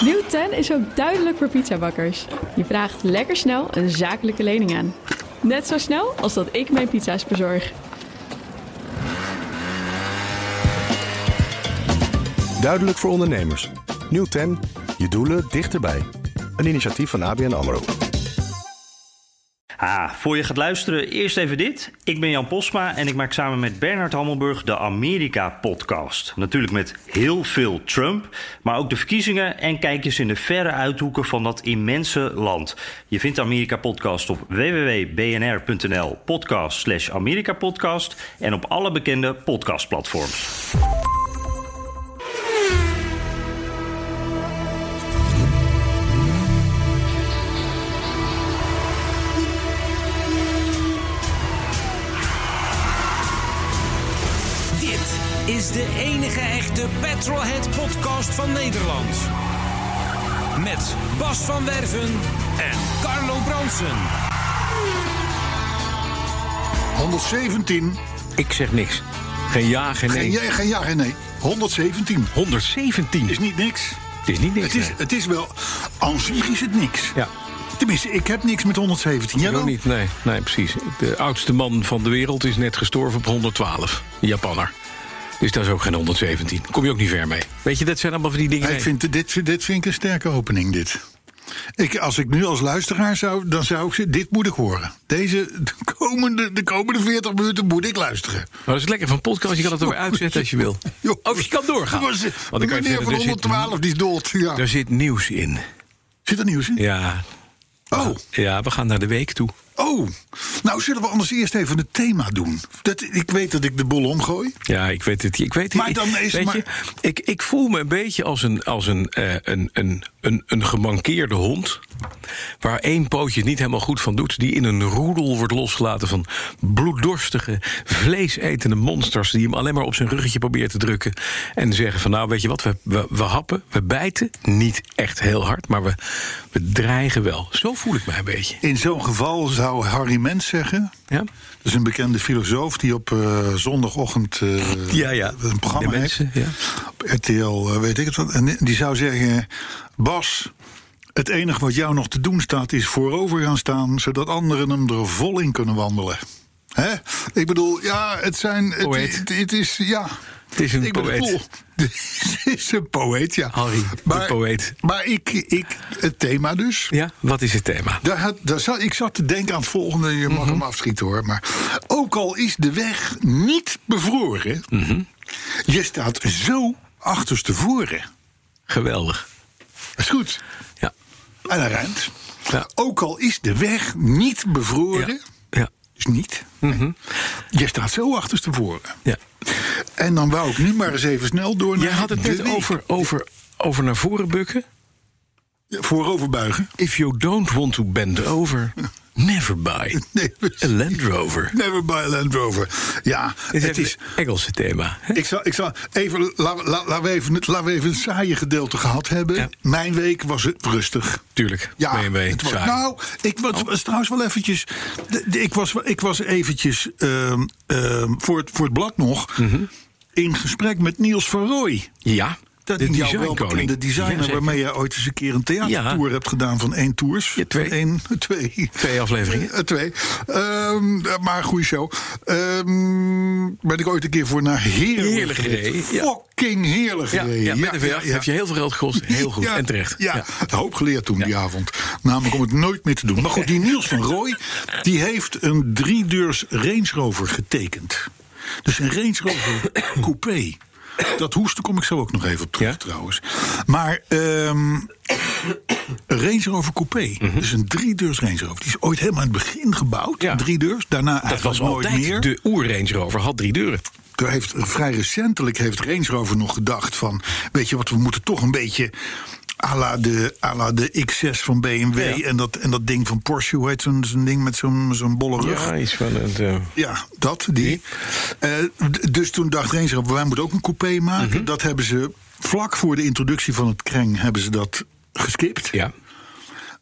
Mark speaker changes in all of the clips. Speaker 1: Nieuw 10 is ook duidelijk voor pizzabakkers. Je vraagt lekker snel een zakelijke lening aan. Net zo snel als dat ik mijn pizza's bezorg.
Speaker 2: Duidelijk voor ondernemers. Nieuw 10. Je doelen dichterbij. Een initiatief van ABN AMRO.
Speaker 3: Ah, voor je gaat luisteren, eerst even dit. Ik ben Jan Posma en ik maak samen met Bernard Hammelburg de Amerika-podcast. Natuurlijk met heel veel Trump, maar ook de verkiezingen en kijkjes in de verre uithoeken van dat immense land. Je vindt de Amerika-podcast op www.bnr.nl podcast slash Amerika-podcast en op alle bekende podcastplatforms.
Speaker 4: Dit is de enige echte Petrolhead podcast van Nederland. Met Bas van Werven en Carlo Bronsen.
Speaker 5: 117.
Speaker 6: Ik zeg niks. Geen ja, geen nee.
Speaker 5: Geen, ja, geen ja, geen nee. 117.
Speaker 6: 117.
Speaker 5: Is niet niks.
Speaker 6: Het is niet niks.
Speaker 5: Het is,
Speaker 6: nee.
Speaker 5: het is wel. Aan zich is het niks.
Speaker 6: Ja.
Speaker 5: Tenminste, ik heb niks met 117. Jij
Speaker 6: Ik ook
Speaker 5: wel?
Speaker 6: niet, nee. Nee, precies. De oudste man van de wereld is net gestorven op 112. Een Japanner. Dus dat is ook geen 117. Kom je ook niet ver mee. Weet je, dat zijn allemaal van die dingen.
Speaker 5: Nee, ik vind, dit, dit vind ik een sterke opening, dit. Ik, als ik nu als luisteraar zou, dan zou ik ze, dit moet ik horen. Deze, de komende, de komende 40 minuten moet ik luisteren.
Speaker 6: Maar dat is lekker van podcast. Je kan het ook weer uitzetten als je wil.
Speaker 5: Joh.
Speaker 6: Of je Oh, kan doorgaan.
Speaker 5: Was- De
Speaker 6: Want dan kan je
Speaker 5: meneer
Speaker 6: verder-
Speaker 5: van
Speaker 6: er zit-
Speaker 5: 112 die is dood. Ja.
Speaker 6: Er zit nieuws in.
Speaker 5: Zit er nieuws in?
Speaker 6: Ja.
Speaker 5: Oh,
Speaker 6: Ja, we gaan naar de week toe.
Speaker 5: oh. Nou, zullen we anders eerst even het thema doen? Dat, ik weet dat ik de bol omgooi.
Speaker 6: Ja, ik weet het. Ik weet het.
Speaker 5: Maar dan is het
Speaker 6: weet
Speaker 5: maar-
Speaker 6: je, ik, ik voel me een beetje als een, als een, eh, een, een, een, een gemankeerde hond. Waar één pootje het niet helemaal goed van doet. Die in een roedel wordt losgelaten van bloeddorstige, vleesetende monsters. Die hem alleen maar op zijn ruggetje proberen te drukken. En zeggen van nou weet je wat, we, we, we happen, we bijten. Niet echt heel hard, maar we, we dreigen wel. Zo voel ik mij een beetje.
Speaker 5: In zo'n geval zou Harry Mens zeggen.
Speaker 6: Ja?
Speaker 5: Dat is een bekende filosoof die op eh, zondagochtend eh, een programma
Speaker 6: De mensen,
Speaker 5: heeft. Op RTL, eh, weet ik het wat. En die zou zeggen: Bas, het enige wat jou nog te doen staat is voorover gaan staan, zodat anderen hem er vol in kunnen wandelen. Hè? Ik bedoel, ja, het zijn. Het,
Speaker 6: Poëet.
Speaker 5: het, het is, ja.
Speaker 6: Het is een
Speaker 5: ik ben
Speaker 6: poëet.
Speaker 5: een poel. Het is een poëet, ja.
Speaker 6: Harry, de poëet.
Speaker 5: Maar ik, ik, het thema dus.
Speaker 6: ja, wat is het thema?
Speaker 5: Daar had, daar zat, ik zat te denken aan het volgende. Je mag
Speaker 6: Mhm.
Speaker 5: hem afschieten hoor. Maar ook al is de weg niet bevroren.
Speaker 6: Mhm.
Speaker 5: Je staat zo achterstevoren.
Speaker 6: Geweldig.
Speaker 5: Dat is goed.
Speaker 6: Ja.
Speaker 5: En hij ruimt.
Speaker 6: Ja.
Speaker 5: Ook al is de weg niet bevroren.
Speaker 6: Ja. Mhm. ja.
Speaker 5: Dus niet. Je staat zo achterstevoren.
Speaker 6: Ja.
Speaker 5: En dan wou ik nu maar eens even snel door naar
Speaker 6: Jij had het
Speaker 5: de
Speaker 6: net
Speaker 5: week.
Speaker 6: over, over, over naar voren bukken.
Speaker 5: Vooroverbuigen.
Speaker 6: If you don't want to bend over, never buy
Speaker 5: Nee,
Speaker 6: a Land Rover.
Speaker 5: never buy a Land Rover. Ja,
Speaker 6: Dit is
Speaker 5: het
Speaker 6: even
Speaker 5: is...
Speaker 6: het Engelse thema. hè?
Speaker 5: Ik zal, ik zal even, laten la, laten we even, laten we even een saaie gedeelte gehad hebben.
Speaker 6: Ja.
Speaker 5: Mijn week was het rustig.
Speaker 6: Tuurlijk. BMW,
Speaker 5: het was,
Speaker 6: saai.
Speaker 5: nou, ik was, was trouwens wel eventjes. de- de- ik, was, wel- ik was eventjes ehm, ehm, voor, het, voor het blad nog
Speaker 6: Mhm.
Speaker 5: in gesprek met Niels van Rooij.
Speaker 6: ja,
Speaker 5: Dat
Speaker 6: de
Speaker 5: is jouw wel
Speaker 6: designkoning.
Speaker 5: bekende
Speaker 6: Ja,
Speaker 5: designer
Speaker 6: zeker.
Speaker 5: waarmee je ooit eens een keer een theatertour
Speaker 6: Ja.
Speaker 5: hebt gedaan van één tours.
Speaker 6: Ja, twee.
Speaker 5: Eén, twee.
Speaker 6: Twee afleveringen.
Speaker 5: Eh, twee. Ehm, eh, maar een goede show. Ehm, ben ik ooit een keer voor naar Heerlijk,
Speaker 6: Heerlijk gereden, ja.
Speaker 5: Fucking heerlijk
Speaker 6: Ja,
Speaker 5: gereden.
Speaker 6: ja, met een
Speaker 5: ja,
Speaker 6: V8 heb je heel veel geld gekost. Heel goed.
Speaker 5: Ja,
Speaker 6: en terecht.
Speaker 5: Ja, een hoop geleerd toen die avond. Namelijk om het nooit meer te doen. Maar goed, die Niels van Rooij, die heeft een driedeurs Range Rover getekend. Dus een Range Rover coupé. Dat hoesten kom ik zo ook nog even op terug
Speaker 6: Ja?
Speaker 5: trouwens. Maar ehm, een Range Rover coupé. Dus een driedeurs Range Rover. Die is ooit helemaal aan het begin gebouwd.
Speaker 6: Mhm. Ja.
Speaker 5: Drie deurs. Daarna
Speaker 6: Dat was
Speaker 5: eigenlijk nooit
Speaker 6: altijd
Speaker 5: meer.
Speaker 6: de oer-Range Rover. Had drie deuren.
Speaker 5: Er heeft, vrij recentelijk heeft Range Rover nog gedacht van... weet je wat, we moeten toch een beetje... à la de, à la de X6 van BMW
Speaker 6: Ja.
Speaker 5: en, dat, en dat ding van Porsche... hoe heet zo'n zo'n ding met zo'n zo'n bolle rug?
Speaker 6: Ja, iets van het... eh,
Speaker 5: Ja, dat, die. Eh, d- dus toen dacht Range Rover, wij moeten ook een coupé maken.
Speaker 6: Mhm.
Speaker 5: Dat hebben ze vlak voor de introductie van het kreng... hebben ze dat geskipt.
Speaker 6: ja.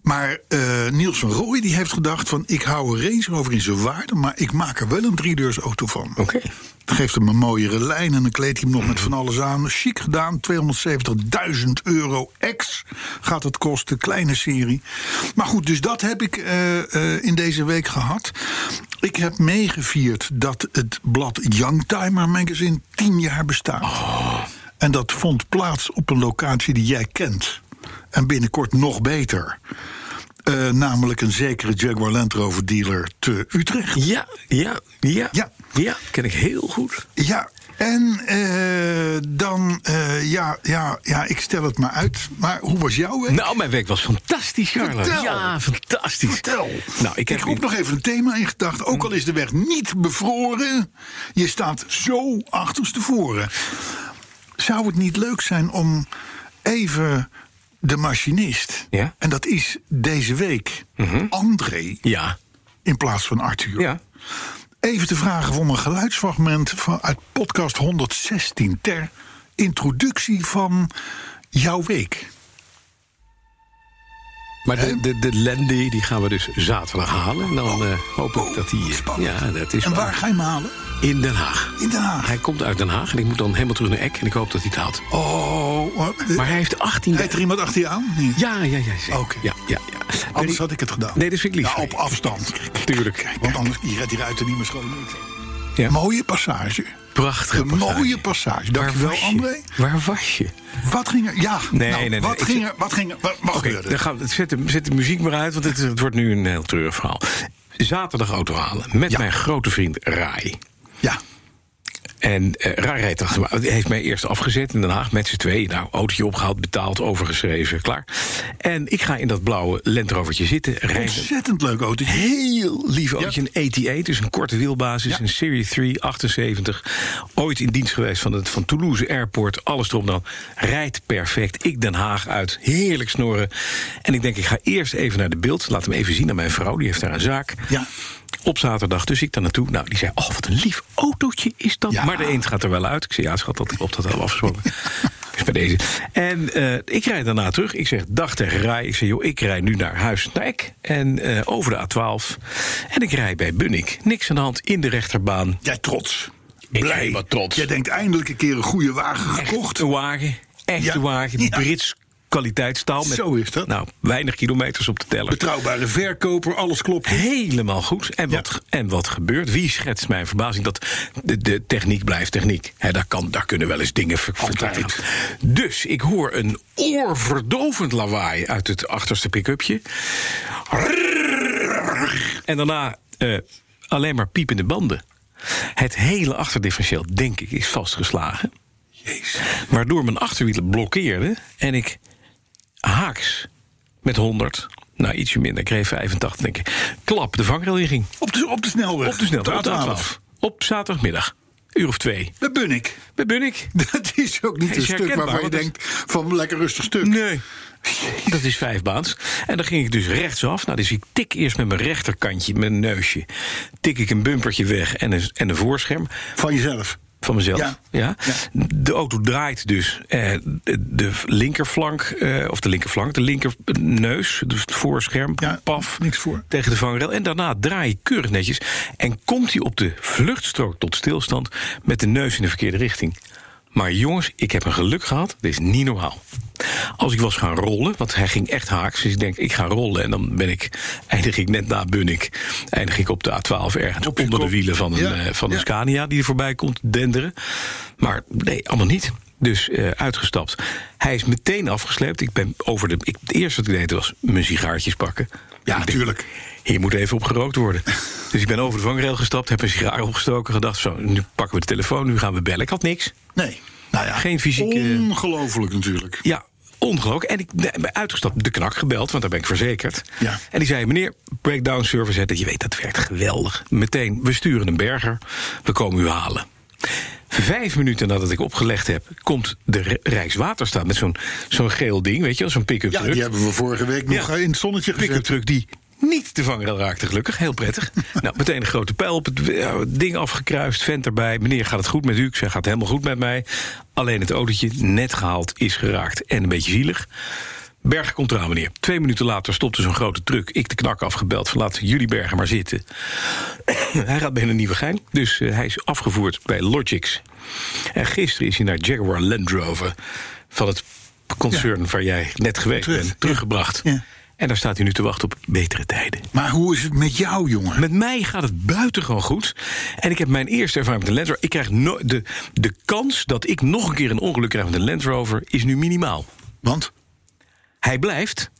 Speaker 5: Maar eh, Niels van Rooij die heeft gedacht van... ik hou een Range Rover in zijn waarde... maar ik maak er wel een driedeurs auto van.
Speaker 6: Oké.
Speaker 5: Dan geeft hem een mooiere lijn en dan kleedt hij hem nog met van alles aan. Chic gedaan, 270.000 euro ex gaat het kosten, kleine serie. Maar goed, dus dat heb ik eh, eh, in deze week gehad. Ik heb meegevierd dat het blad Youngtimer magazine 10 jaar bestaat. En dat vond plaats op een locatie die jij kent. En binnenkort nog beter. Eh, namelijk een zekere Jaguar Land Rover dealer te Utrecht.
Speaker 6: Ja, ja, ja.
Speaker 5: Ja.
Speaker 6: Ja, ken ik heel goed.
Speaker 5: Ja, en eh, dan, eh, ja, ja, ja, ik stel het maar uit. Maar hoe was jouw week?
Speaker 6: Nou, mijn week was fantastisch, Carlo.
Speaker 5: Eh? Vertel.
Speaker 6: Ja, fantastisch.
Speaker 5: Vertel.
Speaker 6: Nou, ik
Speaker 5: ik,
Speaker 6: heb
Speaker 5: roep nog even een thema in gedachten. Ook al is de weg niet bevroren, je staat zo achterstevoren. Zou het niet leuk zijn om even de machinist...
Speaker 6: Ja? Mhm.
Speaker 5: en dat is deze week André
Speaker 6: Ja,
Speaker 5: in plaats van Arthur...
Speaker 6: ja.
Speaker 5: even te vragen om een geluidsfragment van, uit podcast 116 ter introductie van jouw week.
Speaker 6: Maar de, de, de Landy, die gaan we dus zaterdag halen. En dan eh, hoop ik dat die... eh,
Speaker 5: Oh. Spannend.
Speaker 6: ja, dat is
Speaker 5: en waar
Speaker 6: waar.
Speaker 5: ga je hem halen?
Speaker 6: In Den Haag.
Speaker 5: In Den Haag.
Speaker 6: Hij komt uit Den Haag en ik moet dan helemaal terug naar Eck. En ik hoop dat hij het haalt.
Speaker 5: Oh, eh,
Speaker 6: Maar hij heeft 18...
Speaker 5: rijdt er iemand achter je aan? Nee.
Speaker 6: Ja, ja, ja. zeker.
Speaker 5: Oké.
Speaker 6: Ja, ja, ja.
Speaker 5: Anders had ik het gedaan.
Speaker 6: Nee, dat vind ik lief.
Speaker 5: Ja, op afstand.
Speaker 6: Tuurlijk.
Speaker 5: Want anders je rijdt die ruiten niet meer schoon.
Speaker 6: Ja.
Speaker 5: Mooie passage.
Speaker 6: Prachtige
Speaker 5: Een
Speaker 6: passage.
Speaker 5: mooie passage.
Speaker 6: Waar
Speaker 5: Dankjewel,
Speaker 6: was je?
Speaker 5: André.
Speaker 6: Waar was je?
Speaker 5: Wat ging er? Ja,
Speaker 6: Nee,
Speaker 5: nou,
Speaker 6: nee, nee,
Speaker 5: wat,
Speaker 6: ik-
Speaker 5: ging er, wat ging er? Wat, wat
Speaker 6: Oké,
Speaker 5: gebeurde
Speaker 6: dan
Speaker 5: er?
Speaker 6: gaan we, zet, de, zet de muziek maar uit, want het, het wordt nu een heel treurig verhaal. Zaterdag auto halen met
Speaker 5: Ja.
Speaker 6: mijn grote vriend Rai.
Speaker 5: Ja.
Speaker 6: En eh Rai rijdt achter me. Hij heeft mij eerst afgezet in Den Haag met z'n tweeën. Nou, autootje opgehaald, betaald, overgeschreven, klaar. En ik ga in dat blauwe lentrovertje zitten. Rijden.
Speaker 5: Ontzettend leuk auto.
Speaker 6: Heel lief autootje, een ATA, dus een korte wielbasis,
Speaker 5: Ja.
Speaker 6: een Serie 3, 78. Ooit in dienst geweest van, het, van Toulouse Airport, alles erop en dan. Rijdt perfect, ik Den Haag uit, heerlijk snoren. En ik denk, ik ga eerst even naar de beeld, laat hem even zien aan mijn vrouw, die heeft daar een zaak.
Speaker 5: Ja.
Speaker 6: Op zaterdag, dus ik daar naartoe. Nou, die zei, oh, wat een lief autootje is dat.
Speaker 5: Ja.
Speaker 6: Maar de eend gaat er wel uit. Ik zei, ja, schat, dat klopt, dat hadden we afgesproken. Dus bij deze. En eh, ik rijd daarna terug. Ik zeg, dag tegen Rai. Ik zeg, joh, ik rijd nu naar huis naar Eck. En eh, over de A12. En ik rijd bij Bunnik. Niks aan de hand in de rechterbaan.
Speaker 5: Jij trots.
Speaker 6: Ik ben wat trots.
Speaker 5: Jij denkt eindelijk een keer een goede wagen gekocht.
Speaker 6: Echt een wagen. Echt
Speaker 5: Ja.
Speaker 6: een wagen.
Speaker 5: Ja.
Speaker 6: Brits kwaliteitstaal. Met,
Speaker 5: Zo is dat.
Speaker 6: Nou, weinig kilometers op de teller.
Speaker 5: Betrouwbare verkoper, alles klopt.
Speaker 6: Helemaal goed. En wat, en wat gebeurt? Wie schetst mijn verbazing dat de, de techniek blijft techniek? Hè, daar, kan, daar kunnen wel eens dingen ver vertragen. Dus ik hoor een oorverdovend lawaai uit het achterste pick-upje. En daarna eh, alleen maar piepende banden. Het hele achterdifferentieel, denk ik, is vastgeslagen. Waardoor mijn achterwielen blokkeerden en ik haaks met 100. Nou, ietsje minder. Ik kreeg 85, denk ik. Klap, de vangrail in ging.
Speaker 5: Op de, op de snelweg.
Speaker 6: Op de snelweg. Op de
Speaker 5: A12.
Speaker 6: A12. Op zaterdagmiddag. Uur of twee.
Speaker 5: Dat ben ik.
Speaker 6: Bij Bunnik.
Speaker 5: Dat is ook niet
Speaker 6: Is
Speaker 5: een stuk
Speaker 6: herkenbaar,
Speaker 5: waarvan je
Speaker 6: want dat is-
Speaker 5: denkt van lekker rustig stuk.
Speaker 6: Nee. Dat is vijfbaans. En dan ging ik dus rechtsaf. Nou, dus ik tik eerst met mijn rechterkantje, mijn neusje. Tik ik een bumpertje weg en een, en een voorscherm.
Speaker 5: Van jezelf.
Speaker 6: Van mezelf.
Speaker 5: Ja.
Speaker 6: Ja.
Speaker 5: Ja.
Speaker 6: De auto draait dus eh, de linkerflank, eh, of de linkerflank, de linkerneus, dus het voorscherm,
Speaker 5: Ja,
Speaker 6: paf.
Speaker 5: niks voor.
Speaker 6: Tegen de vangrail. En daarna draai je keurig netjes. En komt hij op de vluchtstrook tot stilstand met de neus in de verkeerde richting. Maar jongens, ik heb een geluk gehad. Dit is niet normaal. Als ik was gaan rollen, want hij ging echt haaks. Dus ik denk, ik ga rollen. En dan ben ik, eindig ik net na Bunnik. Eindig ik op de A12 ergens
Speaker 5: je
Speaker 6: onder de
Speaker 5: kop.
Speaker 6: wielen van een,
Speaker 5: Ja,
Speaker 6: eh, van een
Speaker 5: ja.
Speaker 6: Scania die er voorbij komt denderen. Maar nee, allemaal niet. Dus eh, uitgestapt. Hij is meteen afgesleept. Ik ben over de. Ik, het eerste wat ik deed was mijn sigaartjes pakken.
Speaker 5: Ja,
Speaker 6: Ik denk,
Speaker 5: tuurlijk.
Speaker 6: Hier moet even op gerookt worden. dus ik ben over de vangrail gestapt, heb een sigaar opgestoken, gedacht: zo, nu pakken we de telefoon, nu gaan we bellen. Ik had niks.
Speaker 5: Nee. Nou ja,
Speaker 6: Geen fysieke-
Speaker 5: Ongelooflijk natuurlijk.
Speaker 6: Ja, ongelooflijk. En ik ben uitgestapt de knak gebeld, want daar ben ik verzekerd.
Speaker 5: Ja.
Speaker 6: En die zei, meneer, breakdown service, hè, dat je weet, dat werkt geweldig. Meteen, we sturen een berger, we komen u halen. Vijf minuten nadat ik opgelegd heb, komt de Ri- Rijkswaterstaat met zo'n zo'n geel ding, weet je, wel, zo'n pick-up
Speaker 5: Ja,
Speaker 6: truck.
Speaker 5: die hebben we vorige week nog
Speaker 6: Ja.
Speaker 5: in het zonnetje
Speaker 6: Pick-up
Speaker 5: gezet.
Speaker 6: truck die niet de vangrail raakte, gelukkig. Heel prettig. nou, meteen een grote pijl op het eh, ding afgekruist. Vent erbij. Meneer, gaat het goed met u? Ik zei, gaat helemaal goed met mij. Alleen het autootje, net gehaald, is geraakt. En een beetje zielig. Berg komt eraan, meneer. Twee minuten later stopte zo'n grote truck. Ik de knak afgebeld van laten jullie bergen maar zitten. hij gaat bijna Nieuwegein, dus eh, hij is afgevoerd bij Logix. En gisteren is hij naar Jaguar Land Rover... van het concern waar jij net geweest
Speaker 5: Terug,
Speaker 6: bent,
Speaker 5: ja.
Speaker 6: teruggebracht.
Speaker 5: Ja.
Speaker 6: En daar staat hij nu te wachten op betere tijden.
Speaker 5: Maar hoe is het met jou, jongen?
Speaker 6: Met mij gaat het buitengewoon goed. En ik heb mijn eerste ervaring met een Land Rover. Ik krijg no- de, de kans dat ik nog een keer een ongeluk krijg met een Land Rover is nu minimaal.
Speaker 5: Want?
Speaker 6: Hij blijft.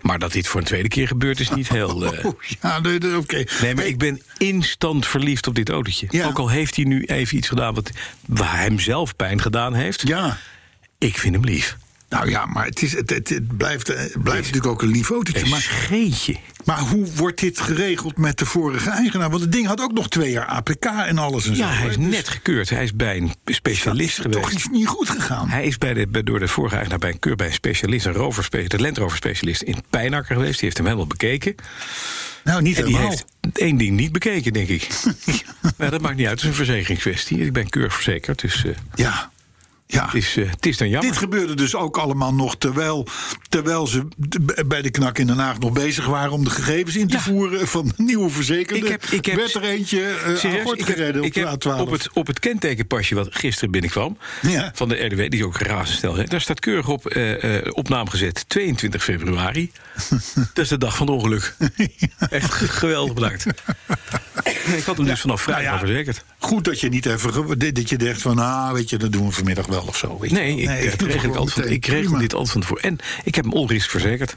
Speaker 6: Maar dat dit voor een tweede keer gebeurt is niet heel. eh,
Speaker 5: Oh, ja, nee, nee, oké.
Speaker 6: Nee, maar ik ben instant verliefd op dit autootje.
Speaker 5: Ja.
Speaker 6: Ook al heeft hij nu even iets gedaan wat, wat hem zelf pijn gedaan heeft.
Speaker 5: Ja.
Speaker 6: Ik vind hem lief.
Speaker 5: Nou ja, maar het, is, het, het, het blijft, eh, het blijft natuurlijk ook een lief autootje.
Speaker 6: Een
Speaker 5: Maar,
Speaker 6: scheetje.
Speaker 5: maar hoe wordt dit geregeld met de vorige eigenaar? Want het ding had ook nog twee jaar APK en alles en zo.
Speaker 6: Ja, hij is
Speaker 5: hè? Dus
Speaker 6: net gekeurd. Hij is bij een specialist
Speaker 5: is toch
Speaker 6: geweest.
Speaker 5: iets niet goed gegaan.
Speaker 6: Hij is bij de, bij- door de vorige eigenaar bij een keur bij een specialist, een rover, de Land Rover specialist in Pijnakker geweest. Die heeft hem helemaal bekeken.
Speaker 5: nou, niet
Speaker 6: En die
Speaker 5: helemaal.
Speaker 6: heeft één ding niet bekeken, denk ik. Maar dat maakt niet uit, het is een verzekeringskwestie. Ik ben keurverzekerd, dus eh,
Speaker 5: Ja, ja.
Speaker 6: het, is, eh, het is dan jammer.
Speaker 5: Dit gebeurde dus ook allemaal nog terwijl, terwijl ze d- bij de knak in Den Haag nog bezig waren om de gegevens in te
Speaker 6: Ja.
Speaker 5: voeren van nieuwe verzekerden.
Speaker 6: Ik heb- ik heb-
Speaker 5: werd er eentje eh, aan
Speaker 6: Serieus,
Speaker 5: gort
Speaker 6: ik heb-
Speaker 5: gereden
Speaker 6: ik
Speaker 5: op
Speaker 6: heb
Speaker 5: de A12.
Speaker 6: op het, op het kentekenpasje wat gisteren binnenkwam...
Speaker 5: Ja.
Speaker 6: van de RDW, die is ook razendsnel hè, daar staat keurig op eh, eh, opname gezet 22 februari. dat is de dag van het ongeluk. Echt ge- geweldig bedankt. ik had hem dus vanaf vrijdag
Speaker 5: nou ja.
Speaker 6: al verzekerd.
Speaker 5: Goed dat je niet even ge- dit- dat je dacht van, ah, weet je, dat doen we vanmiddag wel of zo. Weet je
Speaker 6: Nee,
Speaker 5: wel.
Speaker 6: ik, eh,
Speaker 5: doe het
Speaker 6: kreeg, het
Speaker 5: gewoon
Speaker 6: altijd van,
Speaker 5: meteen.
Speaker 6: ik kreeg
Speaker 5: Prima.
Speaker 6: dit altijd van voor. En ik heb hem onrisk verzekerd.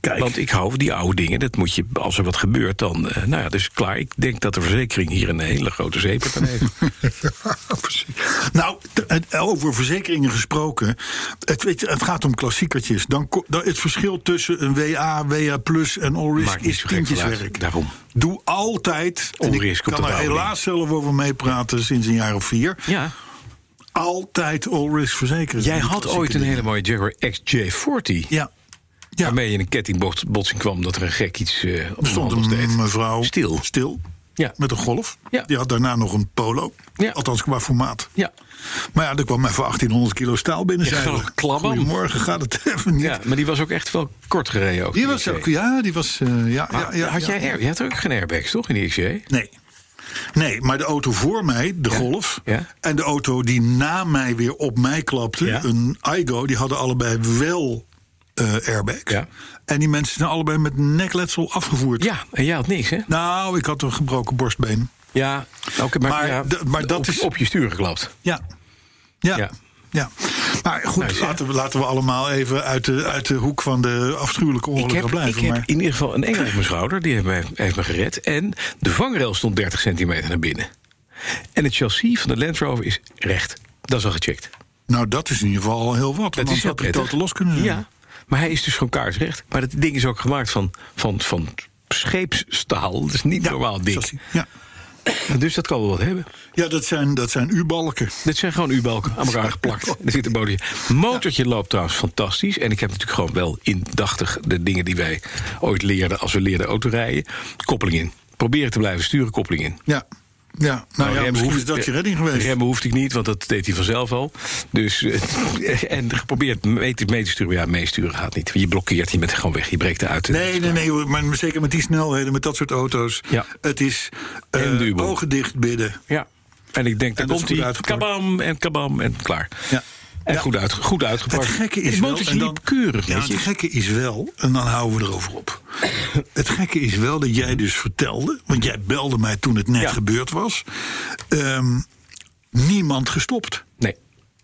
Speaker 5: Kijk,
Speaker 6: Want ik hou van die oude dingen. Dat moet je, als er wat gebeurt, dan... eh, nou ja, dus klaar. Ik denk dat de verzekering hier een hele grote zeep heeft.
Speaker 5: Precies. nou, t- het- over verzekeringen gesproken. Het, weet je, het gaat om klassiekertjes. Dan, ko- dan, het verschil tussen een WA, WA Plus en All-Risk
Speaker 6: Maakt niet
Speaker 5: dus is
Speaker 6: zo gek veel uit.
Speaker 5: tientjeswerk.
Speaker 6: Daarom.
Speaker 5: Doe altijd, en ik
Speaker 6: All-Risk op
Speaker 5: kan
Speaker 6: de
Speaker 5: er
Speaker 6: bouw,
Speaker 5: helaas zelf over meepraten sinds een jaar of vier.
Speaker 6: Ja,
Speaker 5: Altijd All-Risk verzekeren.
Speaker 6: jij
Speaker 5: Die
Speaker 6: had
Speaker 5: klassieke
Speaker 6: ooit een
Speaker 5: dingen.
Speaker 6: hele mooie Jaguar XJ40.
Speaker 5: Ja. Ja,
Speaker 6: Waarmee je in een kettingbotsing kwam dat er een gek iets eh
Speaker 5: er stond
Speaker 6: onhandigs
Speaker 5: een
Speaker 6: deed.
Speaker 5: mevrouw
Speaker 6: Stil.
Speaker 5: stil
Speaker 6: Ja.
Speaker 5: met een golf.
Speaker 6: Ja.
Speaker 5: Die had daarna nog een polo.
Speaker 6: Ja.
Speaker 5: Althans qua formaat.
Speaker 6: Ja.
Speaker 5: Maar ja, er kwam even 1800 kilo staal binnen.
Speaker 6: Ja,
Speaker 5: zei
Speaker 6: zo'n
Speaker 5: we.
Speaker 6: klabam.
Speaker 5: Goedemorgen, gaat het even niet.
Speaker 6: ja, maar die was ook echt wel kort gereden. Ook,
Speaker 5: Die
Speaker 6: die
Speaker 5: was
Speaker 6: XJ.
Speaker 5: ook, ja, die was, eh, ja, ja, ja,
Speaker 6: had
Speaker 5: ja.
Speaker 6: jij, air, je had er ook geen airbags, toch, in die XJ?
Speaker 5: Nee. Nee, maar de auto voor mij, de Golf,
Speaker 6: Ja.
Speaker 5: en de auto die na mij weer op mij klapte,
Speaker 6: Ja.
Speaker 5: een Igo, die hadden allebei wel eh airbags.
Speaker 6: Ja.
Speaker 5: En die mensen zijn allebei met nekletsel afgevoerd.
Speaker 6: Ja, en jij had niks, hè?
Speaker 5: Nou, ik had een gebroken borstbeen.
Speaker 6: Ja, oké, maar,
Speaker 5: Maar
Speaker 6: ja,
Speaker 5: d- maar dat
Speaker 6: op,
Speaker 5: is-
Speaker 6: op je stuur geklapt.
Speaker 5: Ja. Ja.
Speaker 6: Ja.
Speaker 5: ja. maar goed,
Speaker 6: Nou, ja.
Speaker 5: laten, we, laten we allemaal even uit de, uit de hoek van de afschuwelijke
Speaker 6: Ik
Speaker 5: ongelukken
Speaker 6: heb, ik
Speaker 5: blijven.
Speaker 6: heb
Speaker 5: maar
Speaker 6: in ieder geval een engel op mijn schouder, die heeft me, heeft me gered. En de vangrail stond 30 centimeter naar binnen. En het chassis van de Land Rover is recht. Dat is al gecheckt.
Speaker 5: nou, dat is in ieder geval al heel wat.
Speaker 6: Dat
Speaker 5: want
Speaker 6: is
Speaker 5: anders
Speaker 6: heel
Speaker 5: had ik
Speaker 6: prettig.
Speaker 5: totaal los kunnen zijn.
Speaker 6: Ja, maar hij is dus gewoon kaarsrecht. Maar dat ding is ook gemaakt van, van, van scheepsstaal. Dat is niet
Speaker 5: Ja,
Speaker 6: normaal dik.
Speaker 5: chassis, Ja,
Speaker 6: Dus dat kan wel wat hebben.
Speaker 5: ja dat, zijn, dat zijn U-balken.
Speaker 6: Dit zijn gewoon U-balken aan elkaar geplakt. Er zit een motortje. Motortje loopt trouwens fantastisch. En ik heb natuurlijk gewoon wel indachtig de dingen die wij ooit leerden als we leerden autorijden. Koppeling in. Proberen te blijven sturen, koppeling in.
Speaker 5: Ja. Ja, nou, ja,
Speaker 6: remmen
Speaker 5: misschien is
Speaker 6: hoeft-
Speaker 5: dat je redding geweest.
Speaker 6: Remmen hoefde ik niet, want dat deed hij vanzelf al. Dus, eh, en geprobeerd mee te, mee te sturen. Ja, meesturen gaat niet. Je blokkeert, je bent gewoon weg. Je breekt eruit.
Speaker 5: Nee, nee, nee, hoor, maar zeker met die snelheden, met dat soort auto's.
Speaker 6: Ja.
Speaker 5: Het is
Speaker 6: En de
Speaker 5: eh
Speaker 6: U-boot.
Speaker 5: ogen dicht bidden.
Speaker 6: Ja. En ik denk,
Speaker 5: En dat is
Speaker 6: daar komt
Speaker 5: goed
Speaker 6: hij.
Speaker 5: uitgepakt.
Speaker 6: Kabam en kabam en klaar.
Speaker 5: Ja.
Speaker 6: En
Speaker 5: Ja.
Speaker 6: goed, uit, goed
Speaker 5: Het
Speaker 6: uitgepakt.
Speaker 5: gekke is
Speaker 6: het
Speaker 5: wel...
Speaker 6: motortje
Speaker 5: en dan-
Speaker 6: liep keurig,
Speaker 5: Ja,
Speaker 6: weet je.
Speaker 5: het gekke is wel, en dan houden we erover op. het gekke is wel dat jij dus vertelde... want jij belde mij toen het net
Speaker 6: Ja.
Speaker 5: gebeurd was... ehm, niemand gestopt.
Speaker 6: Nee.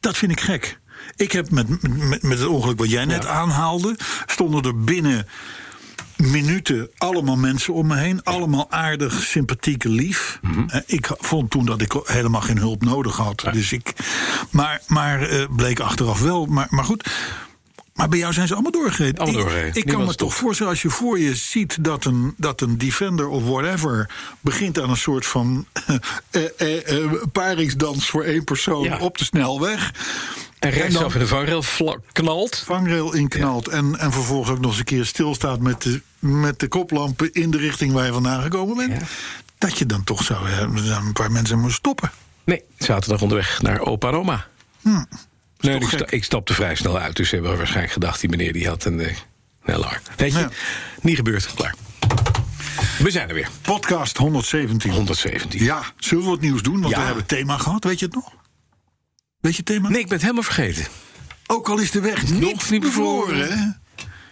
Speaker 5: Dat vind ik gek. Ik heb met, met, met het ongeluk wat jij net aanhaalde... stonden er binnen minuten allemaal mensen om me heen. Allemaal aardig, sympathiek, lief.
Speaker 6: Mhm.
Speaker 5: Eh, Ik vond toen dat ik helemaal geen hulp nodig had. Dus ik, maar maar eh, bleek achteraf wel. Maar, maar goed... Maar bij jou zijn ze allemaal doorgereden.
Speaker 6: Allemaal
Speaker 5: Ik- Ik,
Speaker 6: doorgereden.
Speaker 5: kan
Speaker 6: Niemand
Speaker 5: me toch
Speaker 6: stopt.
Speaker 5: voorstellen, als je voor je ziet dat een, dat een Defender of whatever begint aan een soort van eh, eh, eh, paringsdans voor één persoon
Speaker 6: Ja.
Speaker 5: op de snelweg. dan-
Speaker 6: En rechtsaf in de vangrail vlak knalt.
Speaker 5: vangrail inknalt en, en vervolgens ook nog eens een keer stilstaat met de, met de koplampen in de richting waar je vandaan gekomen bent.
Speaker 6: Ja.
Speaker 5: Dat je dan toch zou eh, een paar mensen moeten stoppen.
Speaker 6: Nee, zaterdag onderweg naar opa en oma. Nee,
Speaker 5: Hm. toch
Speaker 6: ik, sta-
Speaker 5: gek?
Speaker 6: ik stapte vrij snel uit. Dus ze hebben waarschijnlijk gedacht, die meneer die had een eh, een LR. Weet je,
Speaker 5: Ja.
Speaker 6: niet gebeurd. Klaar. We zijn er weer.
Speaker 5: Podcast 117.
Speaker 6: 117.
Speaker 5: Ja, zullen we wat nieuws doen? Want
Speaker 6: Ja.
Speaker 5: we hebben het thema gehad, weet je het nog? Weet je het thema?
Speaker 6: Nee, ik ben het helemaal vergeten.
Speaker 5: Ook al is de weg
Speaker 6: Nog
Speaker 5: niet,
Speaker 6: niet
Speaker 5: bevroren.
Speaker 6: bevroren.
Speaker 5: hè?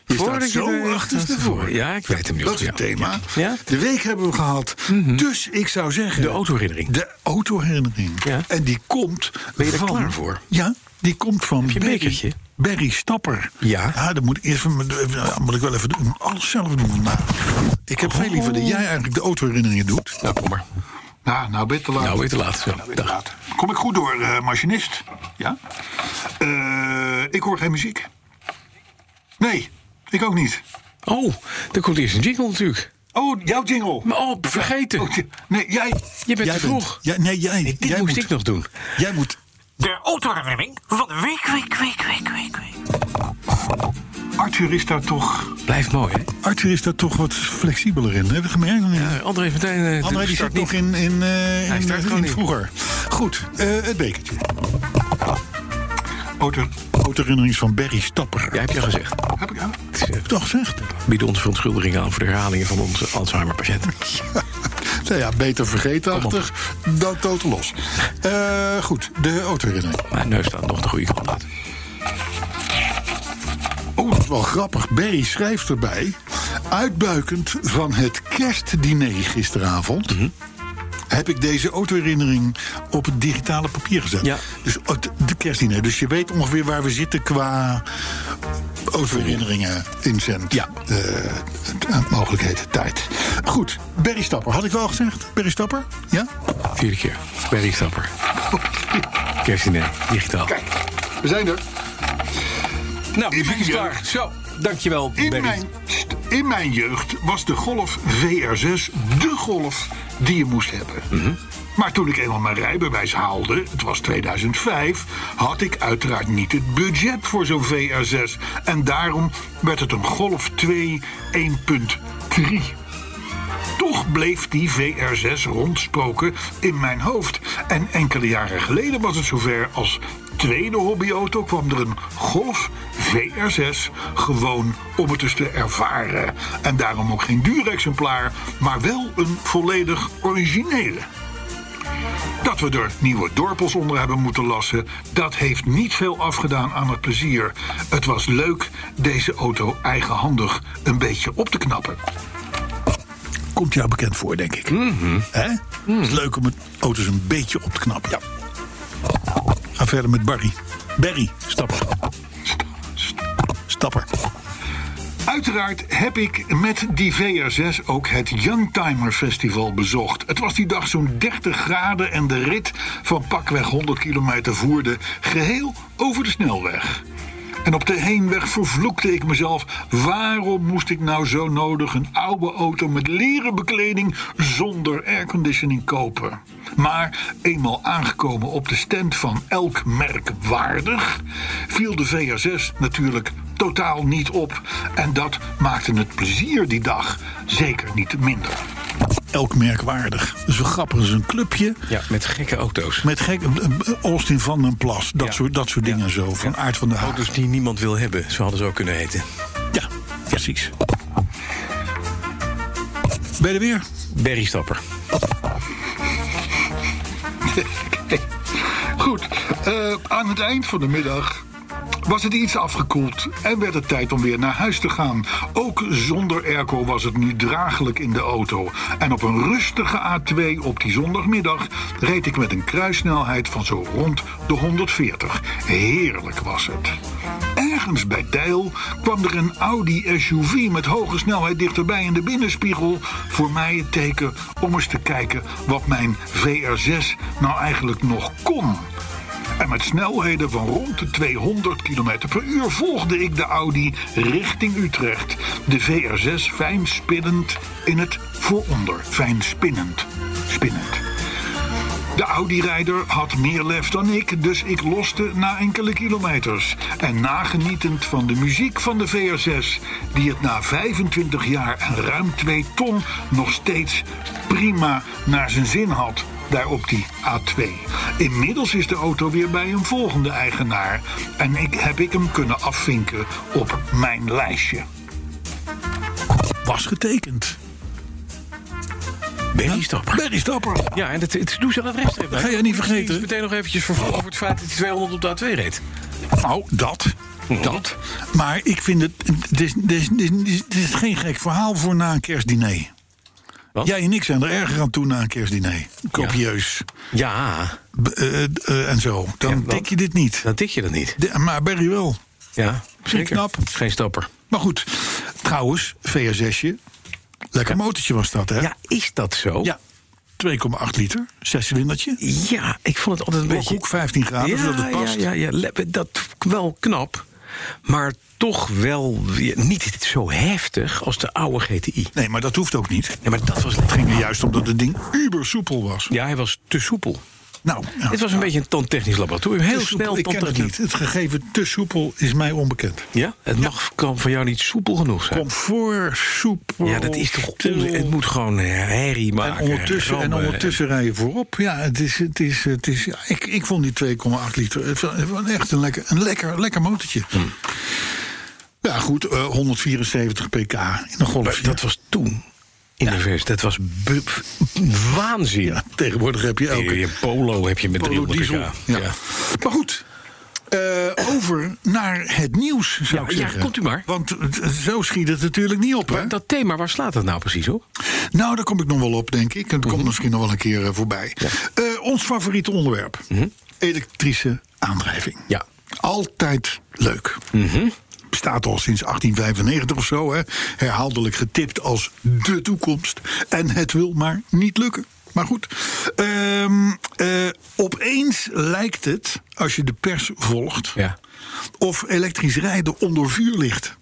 Speaker 5: Je staat
Speaker 6: Voordat je
Speaker 5: zo
Speaker 6: er-
Speaker 5: achterstevoren.
Speaker 6: Ja, ik weet hem nu.
Speaker 5: Dat is
Speaker 6: Ja.
Speaker 5: het thema.
Speaker 6: Ja. Mhm.
Speaker 5: De week hebben we gehad. Dus ik zou zeggen...
Speaker 6: De autoherinnering.
Speaker 5: De autoherinnering.
Speaker 6: Ja.
Speaker 5: En die komt
Speaker 6: Ben je er
Speaker 5: van,
Speaker 6: klaar voor?
Speaker 5: Ja, die komt van
Speaker 6: je een bekertje?
Speaker 5: Barry, Barry Stapper.
Speaker 6: Ja.
Speaker 5: Ah, dat moet, ik eerst, even- eh, moet ik wel even doen. Alles zelf doen vandaag. Ik heb veel liever dat jij eigenlijk de autoherinneringen doet.
Speaker 6: Oh. Nou, kom maar.
Speaker 5: Nou, nou beter laat.
Speaker 6: Nou, weer te laat. Ja, dag.
Speaker 5: Kom ik goed door, eh, machinist? Ja? Eh, ik hoor geen muziek. Nee, ik ook niet.
Speaker 6: Oh, er komt eerst een jingle natuurlijk.
Speaker 5: Oh, jouw jingle.
Speaker 6: Maar oh, vergeten.
Speaker 5: Oh, nee, jij.
Speaker 6: Je bent
Speaker 5: jij
Speaker 6: te vroeg.
Speaker 5: Ja, nee, jij.
Speaker 6: Nee, dit
Speaker 5: jij
Speaker 6: moest
Speaker 5: moet,
Speaker 6: ik nog doen.
Speaker 5: Jij moet.
Speaker 7: De autoherinnering van de week, week, week, week, week, week.
Speaker 5: Arthur is daar toch.
Speaker 6: Blijft mooi, hè?
Speaker 5: Arthur is daar toch wat flexibeler in. Heb je gemerkt? of niet?
Speaker 6: Eh, André meteen. eh,
Speaker 5: André die
Speaker 6: start
Speaker 5: zit nog in, in, eh, in,
Speaker 6: start
Speaker 5: in
Speaker 6: gewoon niet.
Speaker 5: vroeger. Goed, eh, het bekertje. Auto, autoherinnerings van Berry Stapper.
Speaker 6: Ja, heb je al gezegd.
Speaker 5: Heb ik ja. Toch zegt.
Speaker 6: Bieden onze verontschuldigingen aan voor de herhalingen van onze Alzheimer-patiënten.
Speaker 5: Nou ja, beter vergetenachtig dan tot los. Eh, goed, de autoherinnering.
Speaker 6: Maar neus staat nog de goede kant uit.
Speaker 5: Oh, dat is wel grappig. Berry schrijft erbij. Uitbuikend van het kerstdiner gisteravond.
Speaker 6: Mhm.
Speaker 5: Heb ik deze autoherinnering op het digitale papier gezet.
Speaker 6: Ja.
Speaker 5: Dus het de kerstdiner. Dus je weet ongeveer waar we zitten qua autoherinneringen, inzend.
Speaker 6: Ja.
Speaker 5: eh, eh, mogelijkheden, tijd. Goed, Berry Stapper. Had ik wel gezegd? Berry Stapper? Ja?
Speaker 6: Vierde keer. Barry Stapper. Kerstdiner. Digitaal.
Speaker 5: we zijn er.
Speaker 6: Nou,
Speaker 5: Ik ben
Speaker 6: is klaar.
Speaker 5: hier.
Speaker 6: Zo, dankjewel,
Speaker 5: In
Speaker 6: Barry.
Speaker 5: mijn, st- in mijn jeugd was de Golf VR6 de golf die je moest hebben. Maar toen ik eenmaal mijn rijbewijs haalde, het was 2005, had ik uiteraard niet het budget voor zo'n VR6. En daarom werd het een Golf 2 1.3. Toch bleef die VR6 rondsproken in mijn hoofd. En enkele jaren geleden was het zover als tweede hobbyauto kwam er een Golf VR6 gewoon om het eens te ervaren. En daarom ook geen duur exemplaar, maar wel een volledig originele. Dat we er nieuwe dorpels onder hebben moeten lassen, dat heeft niet veel afgedaan aan het plezier. Het was leuk deze auto eigenhandig een beetje op te knappen komt jou bekend voor, denk ik. Hè? Het is leuk om het auto's een beetje op te knappen. Ja. Ga verder met Barry. Barry, stapper. Stapper. Uiteraard heb ik met die VR6 ook het Youngtimer Festival bezocht. Het was die dag zo'n 30 graden en de rit van pakweg 100 kilometer voerde geheel over de snelweg. En op de heenweg vervloekte ik mezelf. Waarom moest ik nou zo nodig een oude auto met leren bekleding zonder airconditioning kopen? Maar eenmaal aangekomen op de stand van elk merk waardig, viel de VR6 natuurlijk totaal niet op. En dat maakte het plezier die dag zeker niet minder. Elk merk waardig. Dus Dat is wel grappig. Dat is een clubje
Speaker 6: Ja, met gekke auto's.
Speaker 5: met gek. Austin van den Plas. Dat,
Speaker 6: Ja.
Speaker 5: soort, dat soort dingen zo. Van Aard van der Haag.
Speaker 6: Auto's die niemand wil hebben. Zo hadden ze ook kunnen heten.
Speaker 5: Ja, precies. Ben je er weer?
Speaker 6: Barry Stapper.
Speaker 5: Goed, eh, aan het eind van de middag was het iets afgekoeld en werd het tijd om weer naar huis te gaan. Ook zonder airco was het nu draaglijk in de auto. En op een rustige A2 op die zondagmiddag reed ik met een kruissnelheid van zo rond de 140. Heerlijk was het. Ergens bij Deil kwam er een Audi SUV met hoge snelheid dichterbij in de binnenspiegel. Voor mij het teken om eens te kijken wat mijn VR6 nou eigenlijk nog kon. En met snelheden van rond de 200 km per uur volgde ik de Audi richting Utrecht. De VR6 fijn spinnend in het vooronder. Fijn spinnend. Spinnend. De Audi-rijder had meer lef dan ik, dus ik loste na enkele kilometers. En nagenietend van de muziek van de VR6, die het na 25 jaar en ruim 2 ton nog steeds prima naar zijn zin had. daar op die A2. Inmiddels is de auto weer bij een volgende eigenaar. En ik, heb ik hem kunnen afvinken op mijn lijstje. Was getekend.
Speaker 6: Berry Stapper.
Speaker 5: Berry Stapper.
Speaker 6: Ja, en dat, het doen ze aan het rechtstreeks.
Speaker 5: Ga jij niet vergeten.
Speaker 6: Het is meteen nog eventjes vervallen over het feit dat hij 200 op de A2 reed.
Speaker 5: Nou, dat. Dat. Maar ik vind het. Het is, het is, het is, het is geen gek verhaal voor na een kerstdiner.
Speaker 6: Wat?
Speaker 5: Jij en ik zijn er erger aan toe na een kerstdiner. Kopieus.
Speaker 6: Ja,
Speaker 5: B- eh, eh, en zo. Dan
Speaker 6: Ja, want-
Speaker 5: tik je dit niet.
Speaker 6: dan tik je dat niet.
Speaker 5: De- maar Barry wel.
Speaker 6: Ja, zeker.
Speaker 5: knap.
Speaker 6: Geen stapper.
Speaker 5: Maar goed. Trouwens, VSS'je. Lekker motortje was dat, hè?
Speaker 6: Ja, is dat zo?
Speaker 5: Ja. 2,8 liter. Zescilindertje.
Speaker 6: Ja, ik vond het altijd een beetje...
Speaker 5: Blokhoek 15 graden, zodat het past.
Speaker 6: Ja, ja, ja, le- dat wel knap. Maar toch wel weer niet zo heftig als de oude GTI.
Speaker 5: Nee, maar dat hoeft ook niet.
Speaker 6: Ja, maar dat was lekker.
Speaker 5: Het ging er juist om dat het ding uber soepel was.
Speaker 6: Ja, hij was te soepel.
Speaker 5: Nou, ja.
Speaker 6: Het was een beetje een tandtechnisch laboratorium. Heel
Speaker 5: Te soepel,
Speaker 6: snel
Speaker 5: Ik ken het niet.
Speaker 6: tandtechnisch.
Speaker 5: Het gegeven te soepel is mij onbekend.
Speaker 6: Ja? Het mag kan van jou niet soepel genoeg zijn.
Speaker 5: Comfort, soepel.
Speaker 6: Ja, dat is toch
Speaker 5: stil.
Speaker 6: onzin. Het moet gewoon eh, herrie maken.
Speaker 5: En ondertussen, en
Speaker 6: rammen.
Speaker 5: ondertussen rij je voorop. Ja, het is, het is, het is, ja, ik, ik vond die 2,8 liter het was- het was echt een lekker, een lekker, lekker motortje.
Speaker 6: Hm.
Speaker 5: Ja, goed, eh, 174 pk in een golf.
Speaker 6: Maar dat was toen in de VS. Dat was bu- f- waanzin.
Speaker 5: ja, tegenwoordig heb je elke
Speaker 6: Je polo heb je met
Speaker 5: Polo
Speaker 6: 300
Speaker 5: diesel.
Speaker 6: pk.
Speaker 5: Ja. Maar goed. eh, over naar het nieuws, zou
Speaker 6: Ja,
Speaker 5: ik
Speaker 6: ja,
Speaker 5: zeggen.
Speaker 6: komt u maar.
Speaker 5: Want eh, zo schiet het natuurlijk niet op, hè?
Speaker 6: Dat thema, waar slaat dat nou precies op?
Speaker 5: Nou, daar kom ik nog wel op, denk ik. Het komt misschien nog wel een keer eh, voorbij. Eh, ons favoriete onderwerp. Elektrische aandrijving.
Speaker 6: Ja.
Speaker 5: Altijd leuk. Bestaat al sinds 1895 of zo. Hè? Herhaaldelijk getipt als de toekomst. En het wil maar niet lukken. Maar goed. Ehm, eh, opeens lijkt het, als je de pers volgt...
Speaker 6: Ja.
Speaker 5: of elektrisch rijden onder vuur ligt.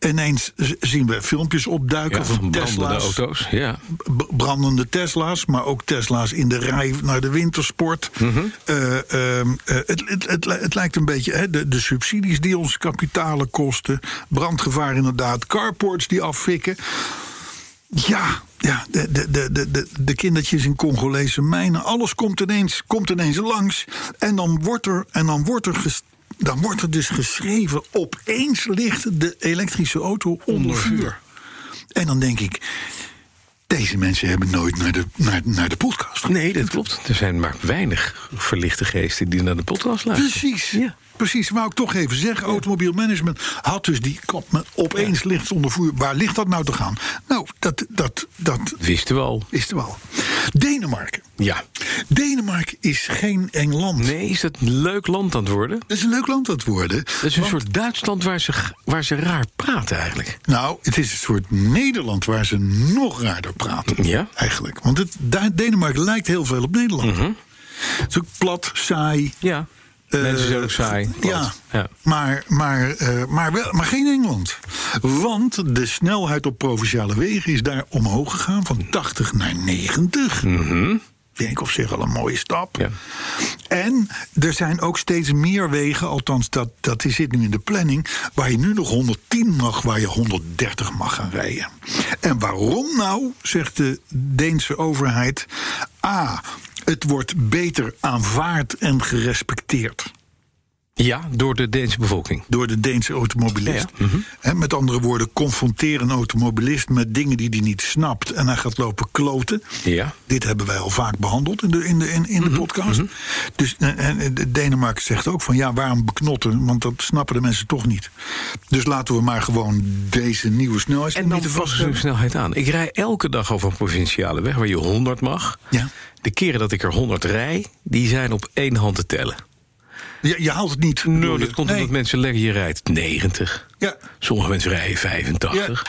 Speaker 5: Ineens z- zien we filmpjes opduiken
Speaker 6: Ja,
Speaker 5: van
Speaker 6: van brandende
Speaker 5: Tesla's
Speaker 6: auto's. Ja.
Speaker 5: b- brandende Tesla's, maar ook Tesla's in de rij naar de wintersport.
Speaker 6: Mhm.
Speaker 5: Eh, ehm, eh, het, het, het, li- het lijkt een beetje hè, de, de subsidies die ons kapitalen kosten, brandgevaar inderdaad, carports die affikken. Ja, ja de, de, de, de- de, de kindertjes in Congolese mijnen, alles komt ineens, komt ineens langs. En dan wordt er, en dan wordt er ges- dan wordt er dus geschreven, opeens ligt de elektrische auto onder vuur. En dan denk ik, deze mensen hebben nooit naar de, naar, naar de podcast geluisterd.
Speaker 6: Nee, dat klopt. Er zijn maar weinig verlichte geesten die naar de podcast luisteren.
Speaker 5: Precies.
Speaker 6: Ja.
Speaker 5: Precies, wou ik toch even zeggen. Automobiel management had dus die kop met opeens ligt onder vuur. Waar ligt dat nou te gaan? Nou, dat, dat, dat
Speaker 6: Wisten we al.
Speaker 5: is er wel. Denemarken.
Speaker 6: Ja.
Speaker 5: Denemarken is geen eng land.
Speaker 6: Nee, is dat een leuk land aan het worden?
Speaker 5: Dat is een leuk land dat worden.
Speaker 6: Dat is een soort Duitsland waar ze, g- waar ze raar praten eigenlijk.
Speaker 5: Nou, het is een soort Nederland waar ze nog raarder praten.
Speaker 6: Ja.
Speaker 5: Eigenlijk. Want het, Da- Denemarken lijkt heel veel op Nederland.
Speaker 6: Mhm.
Speaker 5: Het is ook plat, saai. eh,
Speaker 6: Ja. Mensen zijn ook saai.
Speaker 5: Ja,
Speaker 6: Want- ja.
Speaker 5: Maar, maar, eh, maar, wel, maar geen Engeland. Want de snelheid op provinciale wegen is daar omhoog gegaan van 80 naar 90. Vind ik op zich al een mooie stap.
Speaker 6: Mhm. Ja.
Speaker 5: En er zijn ook steeds meer wegen, althans dat, dat zit nu in de planning, waar je nu nog 110 mag, waar je 130 mag gaan rijden. En waarom nou, zegt de Deense overheid, A, het wordt beter aanvaard en gerespecteerd
Speaker 6: ja, door de Deense bevolking.
Speaker 5: door de Deense automobilist.
Speaker 6: Ja, Mhm.
Speaker 5: Hè, met andere woorden, confronteer een automobilist met dingen die hij niet snapt en hij gaat lopen kloten.
Speaker 6: Ja.
Speaker 5: Dit hebben wij al vaak behandeld in de, in de, in, in de
Speaker 6: Mhm,
Speaker 5: podcast. Dus eh, en, eh, Denemarken zegt ook van ja, waarom beknotten? Want dat snappen de mensen toch niet. Dus laten we maar gewoon deze nieuwe
Speaker 6: En dan
Speaker 5: snelheidsmeten
Speaker 6: passen ze hun
Speaker 5: vaststellen.
Speaker 6: snelheid aan. Ik rij elke dag over een provinciale weg waar je 100 mag.
Speaker 5: Ja.
Speaker 6: De keren dat ik er 100 rij, die zijn op één hand te tellen.
Speaker 5: Je, je haalt het niet. bedoel
Speaker 6: Nou,
Speaker 5: je?
Speaker 6: dat komt
Speaker 5: Nee.
Speaker 6: omdat mensen lekker... Je rijdt 90.
Speaker 5: Ja.
Speaker 6: Sommige mensen rijden 85.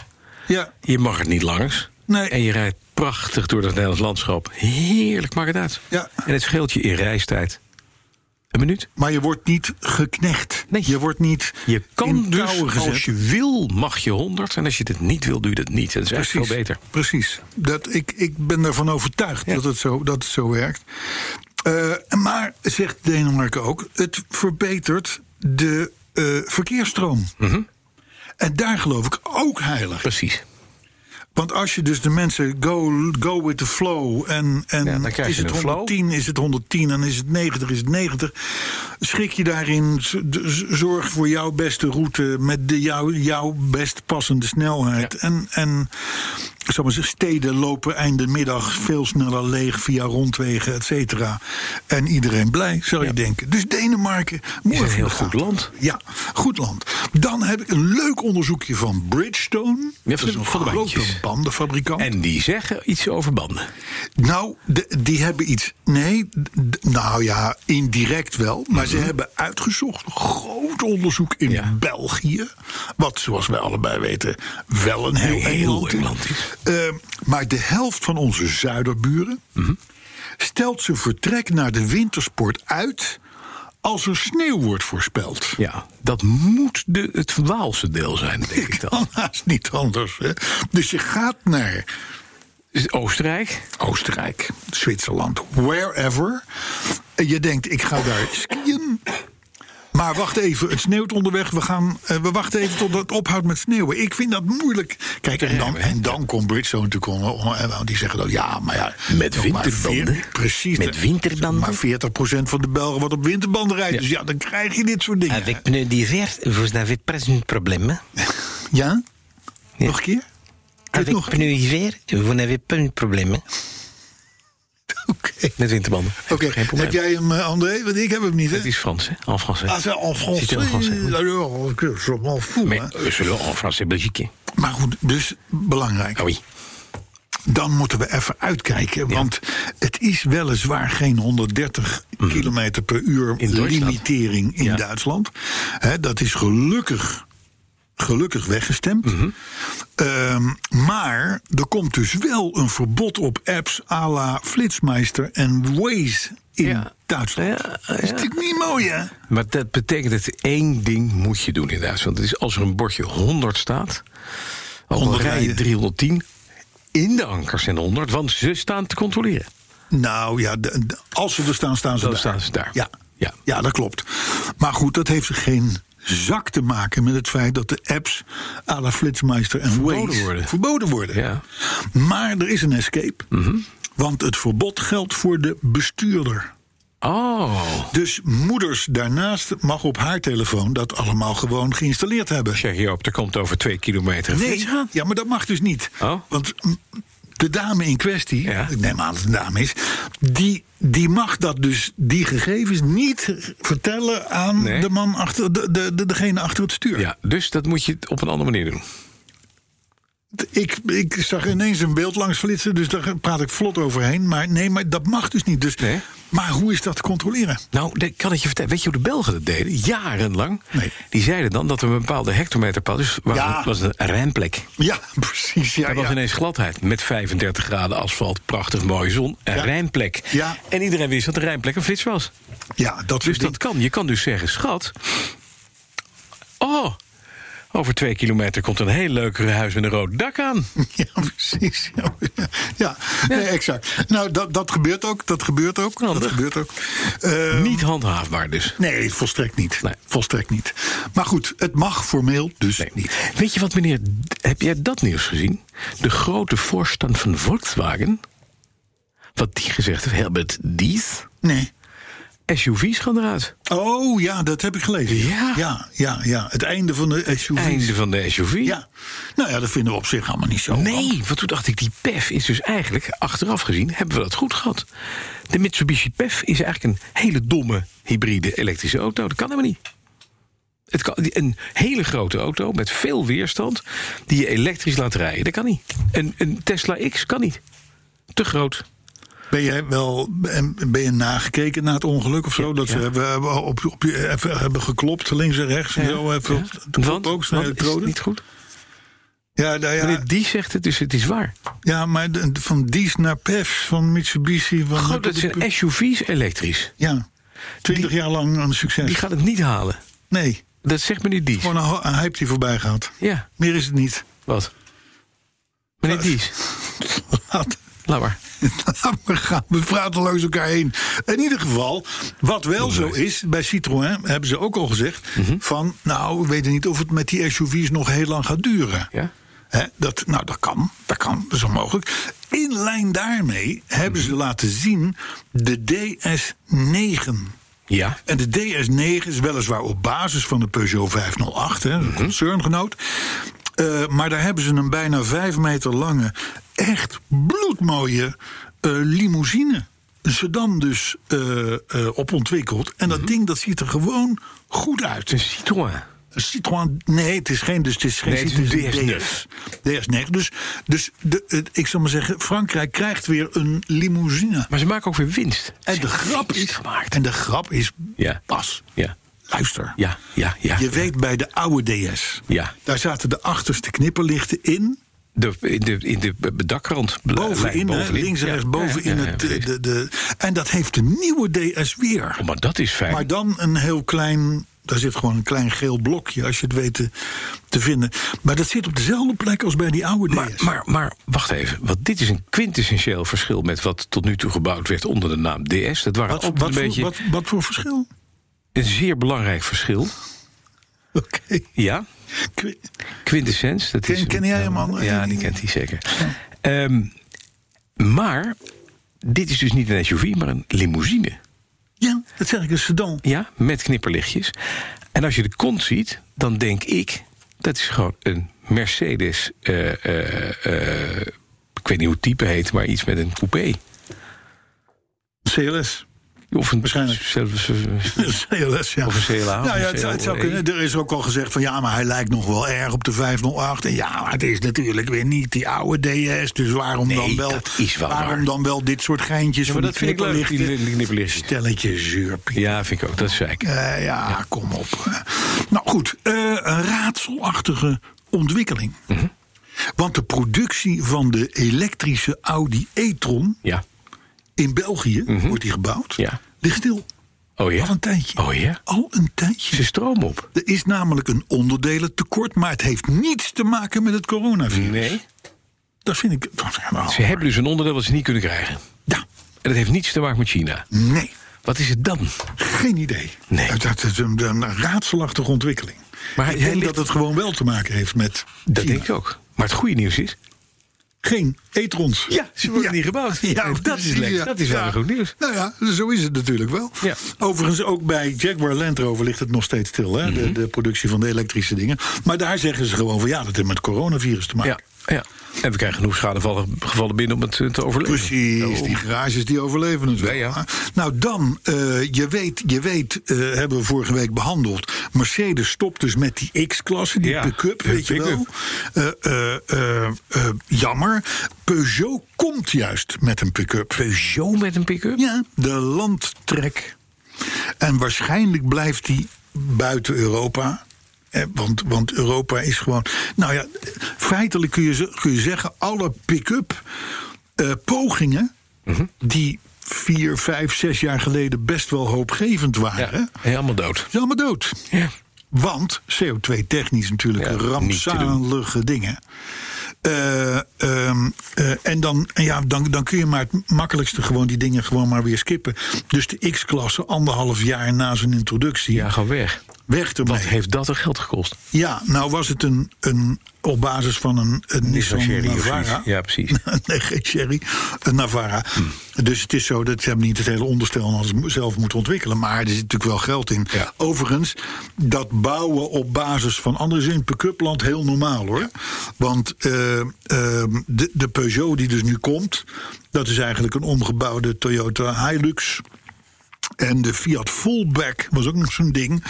Speaker 5: Ja.
Speaker 6: Je mag het niet langs.
Speaker 5: Nee.
Speaker 6: En je rijdt prachtig door dat Nederlands landschap. Heerlijk, maakt het uit.
Speaker 5: Ja.
Speaker 6: En het scheelt je in reistijd. Een minuut.
Speaker 5: Maar je wordt niet geknecht.
Speaker 6: Nee.
Speaker 5: Je wordt niet
Speaker 6: Je kan
Speaker 5: in
Speaker 6: dus,
Speaker 5: touwen gezet.
Speaker 6: als je wil, mag je 100. En als je het niet wil, doe je dat niet. Dat is echt veel beter.
Speaker 5: Precies. Dat, ik, ik ben ervan overtuigd
Speaker 6: Ja.
Speaker 5: dat, het zo, dat het zo werkt. Eh, maar, zegt Denemarken ook, het verbetert de
Speaker 6: Mhm.
Speaker 5: eh, verkeersstroom. En daar geloof ik ook heilig.
Speaker 6: Precies.
Speaker 5: Want als je dus de mensen go, go with the flow en, en
Speaker 6: Ja, dan krijg
Speaker 5: is
Speaker 6: je
Speaker 5: het
Speaker 6: een flow.
Speaker 5: 110, is het 110 en is het 90, is het 90. Schrik je daarin, z- d- z- zorg voor jouw beste route met de jou, jouw best passende snelheid. En, en ik zal maar zeggen, steden lopen einde middag veel sneller leeg via rondwegen, et cetera. En iedereen blij, zou je denken. Dus Denemarken, mooi
Speaker 6: een
Speaker 5: voor
Speaker 6: heel
Speaker 5: de
Speaker 6: goed
Speaker 5: gaten.
Speaker 6: land.
Speaker 5: Ja, goed land. Dan heb ik een leuk onderzoekje van Bridgestone.
Speaker 6: Ja,
Speaker 5: dat is een
Speaker 6: van de
Speaker 5: grote
Speaker 6: bandjes.
Speaker 5: bandenfabrikant.
Speaker 6: En die zeggen iets over banden.
Speaker 5: Nou, de- die hebben iets. Nee, d- nou ja, indirect wel. Maar ze hebben uitgezocht. Groot onderzoek in
Speaker 6: Mhm. Ja.
Speaker 5: België. Wat, zoals wij allebei weten, wel een heel,
Speaker 6: Heel
Speaker 5: eng land is.
Speaker 6: eng land is.
Speaker 5: Eh, maar de helft van onze zuiderburen
Speaker 6: Mhm.
Speaker 5: stelt zijn vertrek naar de wintersport uit. als er sneeuw wordt voorspeld.
Speaker 6: Ja, dat moet de, het Waalse deel zijn, denk ik dan.
Speaker 5: Kan haast niet anders. Hè? Dus je gaat naar
Speaker 6: Is het Oostenrijk?
Speaker 5: Oostenrijk, Zwitserland, wherever. En je denkt, ik ga daar skiën. Maar wacht even, het sneeuwt onderweg. We, gaan, eh, we wachten even tot het ophoudt met sneeuwen. Ik vind dat moeilijk. Kijk, en dan, en dan komt Bridgestone te komen. oh, en Die zeggen dan, ja, maar ja.
Speaker 6: Met
Speaker 5: nog maar
Speaker 6: winterbanden.
Speaker 5: veer- Precies.
Speaker 8: Met winterbanden.
Speaker 5: Maar 40% van de Belgen wordt op winterbanden rijden. Dus ja, dan krijg je dit soort dingen.
Speaker 8: Avec pneu d'hiver, vous n'avez pas un problème. hein?
Speaker 5: Ja?
Speaker 8: Ja.
Speaker 5: Nog een keer? Dit
Speaker 8: Avec
Speaker 5: nog een
Speaker 8: pneu d'hiver, vous n'avez pas un problème. hein?
Speaker 5: keer? Oké.
Speaker 6: Met winterbanden.
Speaker 5: Oké,
Speaker 6: Geen probleem.
Speaker 5: heb jij hem, eh, André? Want ik heb hem niet, hè?
Speaker 6: Het is Frans, hè? En français.
Speaker 5: Ah, c'est en
Speaker 6: Zit
Speaker 5: français.
Speaker 6: in français, oui.
Speaker 5: Alors, que je m'en fous,
Speaker 6: Mais
Speaker 5: hè.
Speaker 6: euh, c'est le- en français Belgique. hè?
Speaker 5: Maar goed, dus belangrijk.
Speaker 6: Ah oui.
Speaker 5: Dan moeten we even uitkijken. Want het is weliswaar geen 130 km per uur
Speaker 6: Mm. In Duitsland.
Speaker 5: limitering in
Speaker 6: Ja.
Speaker 5: Duitsland. Hè, dat is gelukkig, gelukkig weggestemd.
Speaker 6: Mhm.
Speaker 5: Ehm, maar er komt dus wel een verbod op apps à la Flitsmeister en Waze in
Speaker 6: Ja.
Speaker 5: Duitsland.
Speaker 6: Ja,
Speaker 5: Dat is
Speaker 6: ja.
Speaker 5: natuurlijk niet mooi, hè?
Speaker 6: Maar dat betekent dat één ding moet je doen in Duitsland. Het is als er een bordje 100 staat, ook al
Speaker 5: 100
Speaker 6: rij je
Speaker 5: rijden.
Speaker 6: 310, in de ankers en 100, want ze staan te controleren.
Speaker 5: Nou ja, de- de- als ze er staan, staan ze
Speaker 6: Dan
Speaker 5: daar.
Speaker 6: staan ze daar.
Speaker 5: Ja.
Speaker 6: Ja.
Speaker 5: Ja. dat klopt. Maar goed, dat heeft geen zak te maken met het feit dat de apps à la Flitsmeister en
Speaker 6: Verboden
Speaker 5: Waze
Speaker 6: worden.
Speaker 5: verboden worden.
Speaker 6: Ja. Mhm.
Speaker 5: Maar er is een escape. Want het verbod geldt voor de bestuurder.
Speaker 6: Oh,
Speaker 5: Dus moeders daarnaast mag op haar telefoon dat allemaal gewoon geïnstalleerd hebben.
Speaker 6: zeg Joop, er komt over twee kilometer een
Speaker 5: Nee,
Speaker 6: flits aan.
Speaker 5: ja, maar dat mag dus niet.
Speaker 6: Oh.
Speaker 5: Want mm, de dame in kwestie,
Speaker 6: Ja.
Speaker 5: ik neem aan dat het een dame is, die, die mag dat dus, die gegevens niet vertellen aan
Speaker 6: Nee.
Speaker 5: de man achter, de, de, de, degene achter het stuur.
Speaker 6: Ja, dus dat moet je op een andere manier doen.
Speaker 5: Ik, ik zag ineens een beeld langs flitsen, dus daar praat ik vlot overheen. Maar nee, maar dat mag dus niet. Dus,
Speaker 6: Nee.
Speaker 5: Maar hoe is dat te controleren?
Speaker 6: Nou, dat kan ik je vertellen. Weet je hoe de Belgen dat deden? Jarenlang.
Speaker 5: Nee.
Speaker 6: Die zeiden dan dat er een bepaalde hectometerpaal is. Was,
Speaker 5: Ja.
Speaker 6: was een rijmplek.
Speaker 5: Ja, precies. Ja,
Speaker 6: Er was
Speaker 5: ja.
Speaker 6: ineens gladheid met 35 graden asfalt, prachtig mooie zon, een
Speaker 5: Ja.
Speaker 6: rijmplek.
Speaker 5: Ja.
Speaker 6: En iedereen wist dat de rijmplek een flits was.
Speaker 5: ja dat,
Speaker 6: Dus
Speaker 5: soort
Speaker 6: dat
Speaker 5: dingen.
Speaker 6: kan. Je kan dus zeggen, schat, oh, over twee kilometer komt een heel leuk huis met een rood dak aan.
Speaker 5: Ja, precies. Ja, ja. Nee, exact. Nou, dat, dat gebeurt ook. Dat gebeurt ook. Dat
Speaker 6: Handig.
Speaker 5: gebeurt ook. Eh,
Speaker 6: Niet handhaafbaar dus.
Speaker 5: Nee, volstrekt niet.
Speaker 6: Nee.
Speaker 5: Volstrekt niet. Maar goed, het mag formeel dus niet.
Speaker 6: Weet je wat, meneer, d- heb jij dat nieuws gezien? De grote voorstand van Volkswagen, wat die gezegd heeft, Herbert Dies,
Speaker 5: Nee.
Speaker 6: SUV's gaan eruit.
Speaker 5: Oh ja, dat heb ik gelezen.
Speaker 6: Ja.
Speaker 5: ja, ja. ja. Het einde van de SUV's.
Speaker 6: Einde van de SUV.
Speaker 5: Ja. Nou ja, dat vinden we op zich allemaal niet zo.
Speaker 6: Nee, want toen dacht ik, die PEF is dus eigenlijk, achteraf gezien, hebben we dat goed gehad. De Mitsubishi PEF is eigenlijk een hele domme hybride elektrische auto. Dat kan helemaal niet. Het kan, een hele grote auto met veel weerstand die je elektrisch laat rijden. Dat kan niet. Een, een Tesla X kan niet. Te groot.
Speaker 5: Ben jij wel ben ben je nagekeken na het ongeluk of zo? dat ze hebben, hebben op, op, je- even hebben geklopt, links en rechts. En zo even, op- op de
Speaker 6: Want,
Speaker 5: ook zo'n
Speaker 6: want is het
Speaker 5: elektrode.
Speaker 6: niet goed.
Speaker 5: Ja, nou ja.
Speaker 6: Meneer Die zegt het, dus het is waar.
Speaker 5: Ja, maar de- van Dies naar Pefs, van Mitsubishi. Van
Speaker 6: Goed, dat zijn SUV's elektrisch.
Speaker 5: Ja, twintig jaar lang een succes.
Speaker 6: Die gaat het niet halen.
Speaker 5: Nee,
Speaker 6: Dat zegt meneer Dies.
Speaker 5: gewoon een, ho- een hype die voorbij gaat.
Speaker 6: Ja,
Speaker 5: Meer is het niet.
Speaker 6: wat? Meneer Dies,
Speaker 5: Laat,
Speaker 6: laat maar.
Speaker 5: laat maar gaan. We praten langs elkaar heen. In ieder geval, wat wel zo is, bij Citroën hebben ze ook al gezegd... van, nou, we weten niet of het met die SUV's nog heel lang gaat duren.
Speaker 6: Ja.
Speaker 5: Hè, Hè, dat, nou, dat kan. Dat kan. Dat is onmogelijk. In lijn daarmee hebben ze laten zien de DS9.
Speaker 6: Ja.
Speaker 5: En de DS9 is weliswaar op basis van de Peugeot 508, hè, een
Speaker 6: Mhm.
Speaker 5: concerngenoot. Eh, maar daar hebben ze een bijna vijf meter lange, echt bloedmooie eh, limousine. Sedan dus eh, eh, op ontwikkeld. En dat
Speaker 6: Mhm.
Speaker 5: ding dat ziet er gewoon goed uit.
Speaker 6: Een Citroën.
Speaker 5: Citroën, nee, het is geen, dus het is geen
Speaker 6: Nee, het is een
Speaker 5: Citroën
Speaker 6: DS9.
Speaker 5: DS9. Dus, dus de, het- ik zal maar zeggen, Frankrijk krijgt weer een limousine.
Speaker 6: Maar ze maken ook weer winst.
Speaker 5: En de grap is,
Speaker 6: gemaakt.
Speaker 5: en de grap is
Speaker 6: Ja.
Speaker 5: pas.
Speaker 6: Ja.
Speaker 5: Luister.
Speaker 6: Ja, ja, ja.
Speaker 5: Je weet bij de oude DS.
Speaker 6: Ja.
Speaker 5: Daar zaten de achterste knipperlichten in.
Speaker 6: De, in, de, in de dakrand. bl-
Speaker 5: Bovenin,
Speaker 6: lijkt
Speaker 5: hè, links en
Speaker 6: Ja,
Speaker 5: rechts,
Speaker 6: ja,
Speaker 5: bovenin.
Speaker 6: ja, ja,
Speaker 5: het, eh,
Speaker 6: precies.
Speaker 5: de, de, en dat heeft de nieuwe DS weer.
Speaker 6: Oh, maar dat is fijn.
Speaker 5: Maar dan een heel klein. Daar zit gewoon een klein geel blokje, als je het weet te, te vinden. Maar dat zit op dezelfde plek als bij die oude
Speaker 6: Maar,
Speaker 5: DS.
Speaker 6: maar, maar wacht even, want dit is een quintessentieel verschil met wat tot nu toe gebouwd werd onder de naam DS. Dat waren
Speaker 5: wat,
Speaker 6: ook
Speaker 5: wat,
Speaker 6: een
Speaker 5: voor,
Speaker 6: beetje
Speaker 5: wat, wat voor verschil?
Speaker 6: een zeer belangrijk verschil.
Speaker 5: Oké.
Speaker 6: Ja,
Speaker 5: Ik weet-
Speaker 6: quintessens. Dat is eh,
Speaker 5: Ken- ken jij hem, André?
Speaker 6: Ja, die kent hij zeker. Ehm, maar dit is dus niet een SUV, maar een limousine.
Speaker 5: Ja, dat zeg ik, een sedan.
Speaker 6: Ja, met knipperlichtjes. En als je de kont ziet, dan denk ik... dat is gewoon een Mercedes... eh, eh, eh, ik weet niet hoe het type heet, maar iets met een coupé.
Speaker 5: CLS.
Speaker 6: Of een,
Speaker 5: Waarschijnlijk.
Speaker 6: zelfs- eh,
Speaker 5: CLS, Dus, ja.
Speaker 6: Of een CLA, of
Speaker 5: Nou ja,
Speaker 6: een
Speaker 5: het, zou- het zou
Speaker 6: CLE.
Speaker 5: kunnen. Er is ook al gezegd van ja, maar hij lijkt nog wel erg op de 508. En ja, maar het is natuurlijk weer niet die oude DS. Dus waarom
Speaker 6: Nee,
Speaker 5: dan wel,
Speaker 6: dat is wel
Speaker 5: waarom
Speaker 6: waar.
Speaker 5: dan wel dit soort geintjes van
Speaker 6: maar dat
Speaker 5: die
Speaker 6: vind ik leuk, die
Speaker 5: knipperlichten?
Speaker 6: li- knipperlichtjes.
Speaker 5: Stelletje zuurpiet.
Speaker 6: Ja, vind ik ook, dat is zeik.
Speaker 5: Eh, ja, kom op. Nou goed, eh, een raadselachtige ontwikkeling.
Speaker 6: Mhm.
Speaker 5: Want de productie van de elektrische Audi e-tron
Speaker 6: Ja.
Speaker 5: in België, wordt die gebouwd,
Speaker 6: Mhm. Ja.
Speaker 5: ligt stil.
Speaker 6: Oh ja?
Speaker 5: Al een tijdje.
Speaker 6: Oh ja?
Speaker 5: Al een tijdje.
Speaker 6: Ze stroom op.
Speaker 5: Er is namelijk een onderdelen tekort, maar het heeft niets te maken met het coronavirus.
Speaker 6: Nee.
Speaker 5: Dat vind ik.
Speaker 6: Ze hebben dus een onderdeel wat ze niet kunnen krijgen.
Speaker 5: Ja,
Speaker 6: En dat heeft niets te maken met China.
Speaker 5: nee,
Speaker 6: Wat is het dan?
Speaker 5: geen idee.
Speaker 6: Nee.
Speaker 5: Dat, dat is een, een raadselachtige ontwikkeling.
Speaker 6: Maar
Speaker 5: Maar
Speaker 6: hij-
Speaker 5: ik
Speaker 6: hij
Speaker 5: denk
Speaker 6: ligt-
Speaker 5: dat het gewoon wel te maken heeft met.
Speaker 6: Dat
Speaker 5: China.
Speaker 6: denk ik ook. Maar het goede nieuws is...
Speaker 5: Geen etrons.
Speaker 6: Ja, ze worden niet gebouwd. En dat is
Speaker 5: precies,
Speaker 6: lekker.
Speaker 5: ja.
Speaker 6: Dat is wel
Speaker 5: Ja.
Speaker 6: weer goed nieuws.
Speaker 5: Nou ja, zo is het natuurlijk wel.
Speaker 6: Ja.
Speaker 5: Overigens, ook bij Jaguar Land Rover ligt het nog steeds stil. Hè?
Speaker 6: Mhm.
Speaker 5: de, de productie van de elektrische dingen. Maar daar zeggen ze gewoon van ja, dat heeft met coronavirus te maken.
Speaker 6: Ja, ja. En we krijgen genoeg schadegevallen gevallen binnen om het eh, te overleven.
Speaker 5: Precies,
Speaker 6: Daarom.
Speaker 5: die garages die overleven het wel.
Speaker 6: ja.
Speaker 5: Nou dan, eh, je weet, je weet eh, hebben we vorige week behandeld... Mercedes stopt dus met die X-klasse, die
Speaker 6: Ja,
Speaker 5: pick-up,
Speaker 6: de
Speaker 5: weet je wel. Eh, eh, eh, eh, jammer, Peugeot komt juist met een pick-up.
Speaker 6: Peugeot met een pick-up?
Speaker 5: Ja, de landtrek. En waarschijnlijk blijft die buiten Europa. Eh, Want, want Europa is gewoon. Nou ja, feitelijk kun je, ze- kun je zeggen: alle pick-up eh, pogingen.
Speaker 6: Mhm.
Speaker 5: die vier, vijf, zes jaar geleden best wel hoopgevend
Speaker 6: Ja,
Speaker 5: waren.
Speaker 6: helemaal dood.
Speaker 5: zijn allemaal dood.
Speaker 6: Ja.
Speaker 5: Want CO2-technisch natuurlijk
Speaker 6: Ja, niet te
Speaker 5: rampzalige dingen. Eh, ehm, eh, en dan, en ja, dan, dan kun je maar het makkelijkste gewoon die dingen gewoon maar weer skippen. Dus de X-klasse, anderhalf jaar na zijn introductie,
Speaker 6: Ja, gewoon weg.
Speaker 5: weg ermee.
Speaker 6: Wat heeft dat er geld gekost?
Speaker 5: Ja, nou was het een, een, op basis van een, een Nissan
Speaker 6: Sherry of
Speaker 5: Navara.
Speaker 6: zoiets. Ja, precies.
Speaker 5: nee, geen Sherry, een Navara. Dus het is zo dat ze hebben niet het hele onderstel en alles mo- zelf moeten ontwikkelen. Maar er zit natuurlijk wel geld in.
Speaker 6: Ja.
Speaker 5: Overigens, dat bouwen op basis van anderen is in pick-up land heel normaal hoor. Want eh, eh, de, de Peugeot die dus nu komt, dat is eigenlijk een omgebouwde Toyota Hilux. En de Fiat Fullback was ook nog zo'n ding.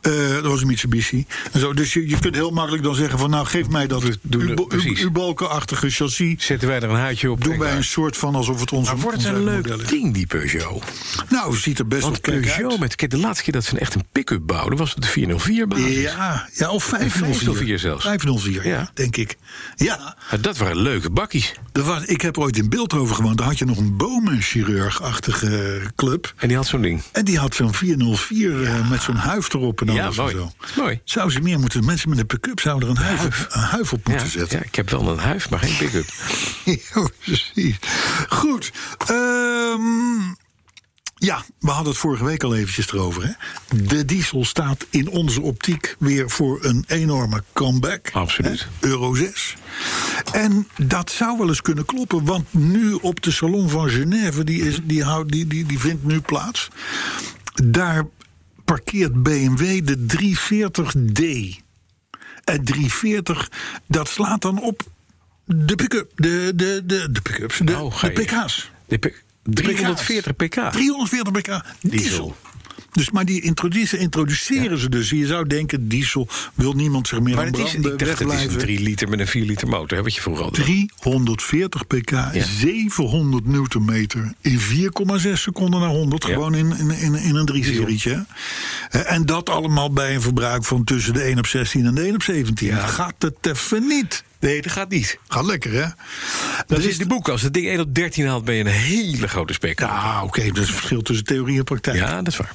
Speaker 5: Eh, dat was een Mitsubishi. En zo, dus je, je kunt heel makkelijk dan zeggen van... nou, geef mij dat
Speaker 6: We doen het,
Speaker 5: U-bo- U-
Speaker 6: precies.
Speaker 5: U-balkenachtige chassis.
Speaker 6: Zetten wij er een haartje op?
Speaker 5: Doen
Speaker 6: en
Speaker 5: wij
Speaker 6: klaar.
Speaker 5: een soort van alsof het ons
Speaker 6: Maar wordt het een leuk ding, die Peugeot?
Speaker 5: Nou, ziet er best wel
Speaker 6: Want
Speaker 5: kek
Speaker 6: Peugeot,
Speaker 5: uit.
Speaker 6: met, kijk, de laatste keer dat ze een echt een pick-up bouwden... was op de 404 basis.
Speaker 5: Ja, ja, of 504.
Speaker 6: 504 zelfs.
Speaker 5: 504,
Speaker 6: Ja.
Speaker 5: denk ik. Ja,
Speaker 6: Maar Dat waren leuke bakkies.
Speaker 5: er was, ik heb ooit in Beeldhoven gewoond. Daar had je nog een bomenchirurg-achtige eh, club.
Speaker 6: En die had zo'n ding.
Speaker 5: En die had zo'n 404 eh, met zo'n huif erop en
Speaker 6: Ja,
Speaker 5: alles
Speaker 6: mooi.
Speaker 5: en zo.
Speaker 6: Mooi.
Speaker 5: Zou ze meer moeten, mensen met een pick-up zouden er een huif, op- een huif op
Speaker 6: Ja,
Speaker 5: moeten zetten.
Speaker 6: ja, ik heb wel een huis, maar geen pick-up.
Speaker 5: Ja, precies. Goed. Ehm, Ja, we hadden het vorige week al eventjes erover. Hè? De diesel staat in onze optiek weer voor een enorme comeback.
Speaker 6: Absoluut.
Speaker 5: hè, Euro 6. En dat zou wel eens kunnen kloppen. Want nu op de Salon van Genève, die, is, die, houdt- die, die, die vindt nu plaats. Daar parkeert BMW de 340d. En 340, dat slaat dan op de pick-up. De, de, de, de pick-ups. De,
Speaker 6: Oh, ga
Speaker 5: de
Speaker 6: je.
Speaker 5: pk's.
Speaker 6: De pk- 340 pk.
Speaker 5: 340 pk diesel.
Speaker 6: Diesel.
Speaker 5: Dus, maar die introduce- introduceren ze dus. Je zou denken, diesel wil niemand zich meer
Speaker 6: Maar
Speaker 5: aan
Speaker 6: het is,
Speaker 5: branden,
Speaker 6: ik dacht, het is een
Speaker 5: wegblijven.
Speaker 6: 3 liter met een 4 liter motor, hè, wat je vroeger had.
Speaker 5: 340 pk, 700 newtonmeter in 4,6 seconden naar 100.
Speaker 6: Ja.
Speaker 5: Gewoon in, in, in, in een 3-serietje. En dat allemaal bij een verbruik van tussen de 1 op 16 en de 1 op 17. Gaat het even niet.
Speaker 6: Nee, dat gaat niet.
Speaker 5: Gaat lekker, hè?
Speaker 6: Dat
Speaker 5: Dus-
Speaker 6: is de boek. Als het ding 1 op 13 haalt, ben je een hele grote spek.
Speaker 5: Ja, Ah, oké, dat is een verschil tussen theorie en praktijk.
Speaker 6: Ja, dat is waar.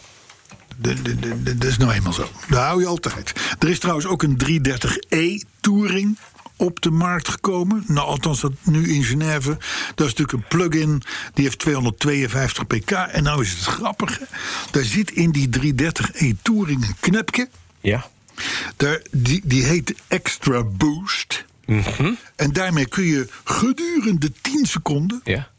Speaker 5: De- de- de- de- Dat is nou eenmaal zo. Daar hou je altijd. Er is trouwens ook een 330e Touring op de markt gekomen. Nou, althans, dat nu in Genève. Dat is natuurlijk een plug-in. Die heeft 252 pk. En nou is het grappige. Daar zit in die 330e Touring een knepje.
Speaker 6: Ja.
Speaker 5: Daar, die, die heet Extra Boost. En daarmee kun je gedurende 10 seconden
Speaker 6: Ja.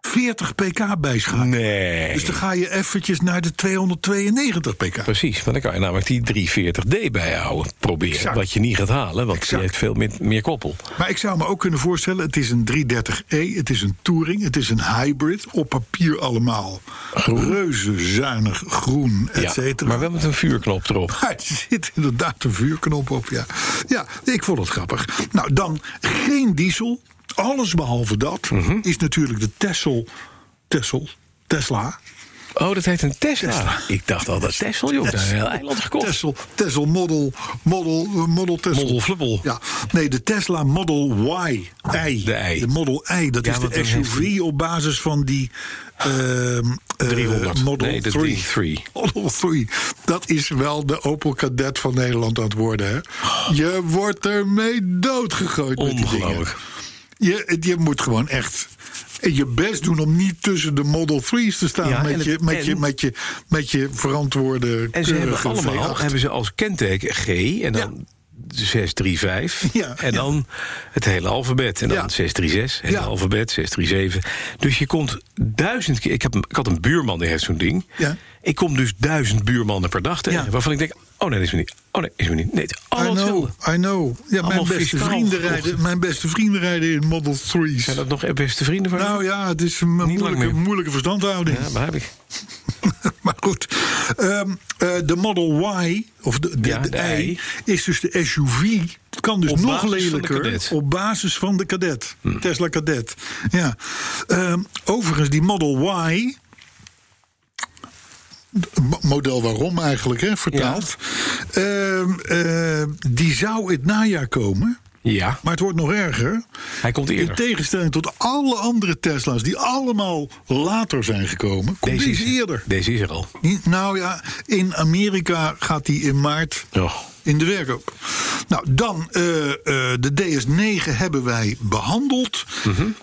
Speaker 5: 40 pk bijschakelen.
Speaker 6: Nee.
Speaker 5: Dus dan ga je eventjes naar de 292 pk.
Speaker 6: Precies, want dan kan je namelijk die 340D bijhouden. Proberen.
Speaker 5: Exact.
Speaker 6: Wat je niet gaat halen, want die
Speaker 5: Exact.
Speaker 6: heeft veel meer, meer koppel.
Speaker 5: Maar ik zou me ook kunnen voorstellen, het is een 330e, het is een Touring, het is een hybrid. Op papier allemaal reuze zuinig, groen, et cetera.
Speaker 6: maar wel met een vuurknop erop.
Speaker 5: Maar er zit inderdaad een vuurknop op, ja. Ja, ik vond het grappig. Nou, dan geen diesel. Alles behalve dat
Speaker 6: Mhm.
Speaker 5: is natuurlijk de Tesla, Tesla, Tesla,
Speaker 6: Oh, dat heet een Tesla. Ik dacht al dat Tesla, joh. Dat is een heel eiland gekocht.
Speaker 5: Tesla, Tesla Model, Model, eh, Model Tesla.
Speaker 6: Model Flubbel.
Speaker 5: Ja, nee, de Tesla Model Y. I.
Speaker 6: De I.
Speaker 5: Model I, dat
Speaker 6: Ja,
Speaker 5: is
Speaker 6: want
Speaker 5: de
Speaker 6: dan heeft
Speaker 5: SUV op basis van die ehm, eh,
Speaker 6: 300.
Speaker 5: Model
Speaker 6: Nee, de
Speaker 5: 3.
Speaker 6: 3.
Speaker 5: Model 3. Dat is wel de Opel Kadett van Nederland aan het worden. Hè? Je wordt ermee doodgegooid met die dingen.
Speaker 6: Ongelooflijk.
Speaker 5: Je, je moet gewoon echt je best doen om niet tussen de Model 3's te staan.
Speaker 6: Ja, en
Speaker 5: met,
Speaker 6: het-
Speaker 5: je, met, je,
Speaker 6: en-
Speaker 5: met, je, met je verantwoorde
Speaker 6: En ze hebben
Speaker 5: keurige
Speaker 6: allemaal
Speaker 5: V8.
Speaker 6: hebben ze als kenteken G en dan 635.
Speaker 5: Ja,
Speaker 6: en
Speaker 5: ja.
Speaker 6: dan het hele alfabet. En dan
Speaker 5: Ja.
Speaker 6: 636. En
Speaker 5: Ja.
Speaker 6: het alfabet 637. Dus je komt duizend keer. Ik, heb, een- ik had een buurman die heeft zo'n ding.
Speaker 5: Ja.
Speaker 6: Ik kom dus duizend buurmannen per dag tegen.
Speaker 5: Ja.
Speaker 6: Waarvan ik denk: oh nee, dat is me niet. Oh nee, dat is me niet. Nee, het is
Speaker 5: I
Speaker 6: allemaal
Speaker 5: know,
Speaker 6: hetzelfde.
Speaker 5: I know. Ja, mijn
Speaker 6: Allemaal
Speaker 5: beste,
Speaker 6: fiscaal
Speaker 5: vrienden
Speaker 6: verkocht.
Speaker 5: rijden, mijn beste vrienden rijden in Model 3's.
Speaker 6: Zijn dat nog beste vrienden van je?
Speaker 5: Nou ja, het is een moeilijke,
Speaker 6: meer.
Speaker 5: moeilijke verstandhouding.
Speaker 6: Ja, begrijp ik.
Speaker 5: maar goed. Ehm, eh, de Model Y, of de, de,
Speaker 6: Ja,
Speaker 5: de
Speaker 6: de
Speaker 5: I,
Speaker 6: I.
Speaker 5: is dus de SUV. Het kan dus
Speaker 6: Op
Speaker 5: nog
Speaker 6: basis van de Hmm.
Speaker 5: lelijker
Speaker 6: Kadett.
Speaker 5: op basis van de Cadet. Tesla Cadet. Ja. Ehm, overigens, die Model Y... m- Model waarom eigenlijk, hè, vertaald. Ehm, eh, die zou het najaar komen.
Speaker 6: Ja,
Speaker 5: Maar het wordt nog erger.
Speaker 6: hij komt
Speaker 5: In
Speaker 6: eerder.
Speaker 5: tegenstelling tot alle andere Tesla's die allemaal later zijn gekomen, komt deze, dus eerder.
Speaker 6: Deze is er al.
Speaker 5: Niet- Nou ja, in Amerika gaat die in maart
Speaker 6: Oh.
Speaker 5: in de werkhoop. Nou, dan eh, eh, de DS9 hebben wij behandeld.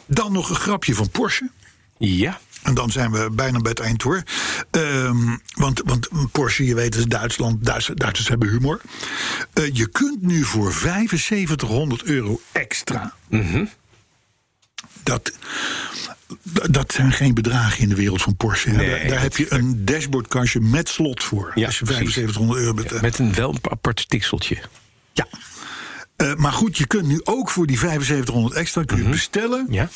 Speaker 5: Dan nog een grapje van Porsche.
Speaker 6: Ja.
Speaker 5: En dan zijn we bijna bij het eind hoor. Ehm, want, want Porsche, je weet, is Duitsland. Duitsers, Duitsers hebben humor. Eh, je kunt nu voor 7500 euro extra.
Speaker 6: Mhm.
Speaker 5: Dat, d- dat zijn geen bedragen in de wereld van Porsche. hè. daar daar heb je een dashboardkastje met slot voor.
Speaker 6: Ja,
Speaker 5: als je
Speaker 6: precies.
Speaker 5: 7500 euro eh. betaalt.
Speaker 6: Met een wel een apart stikseltje.
Speaker 5: Ja. Eh, maar goed, je kunt nu ook voor die 7500 extra kun je bestellen.
Speaker 6: Mhm. Ja.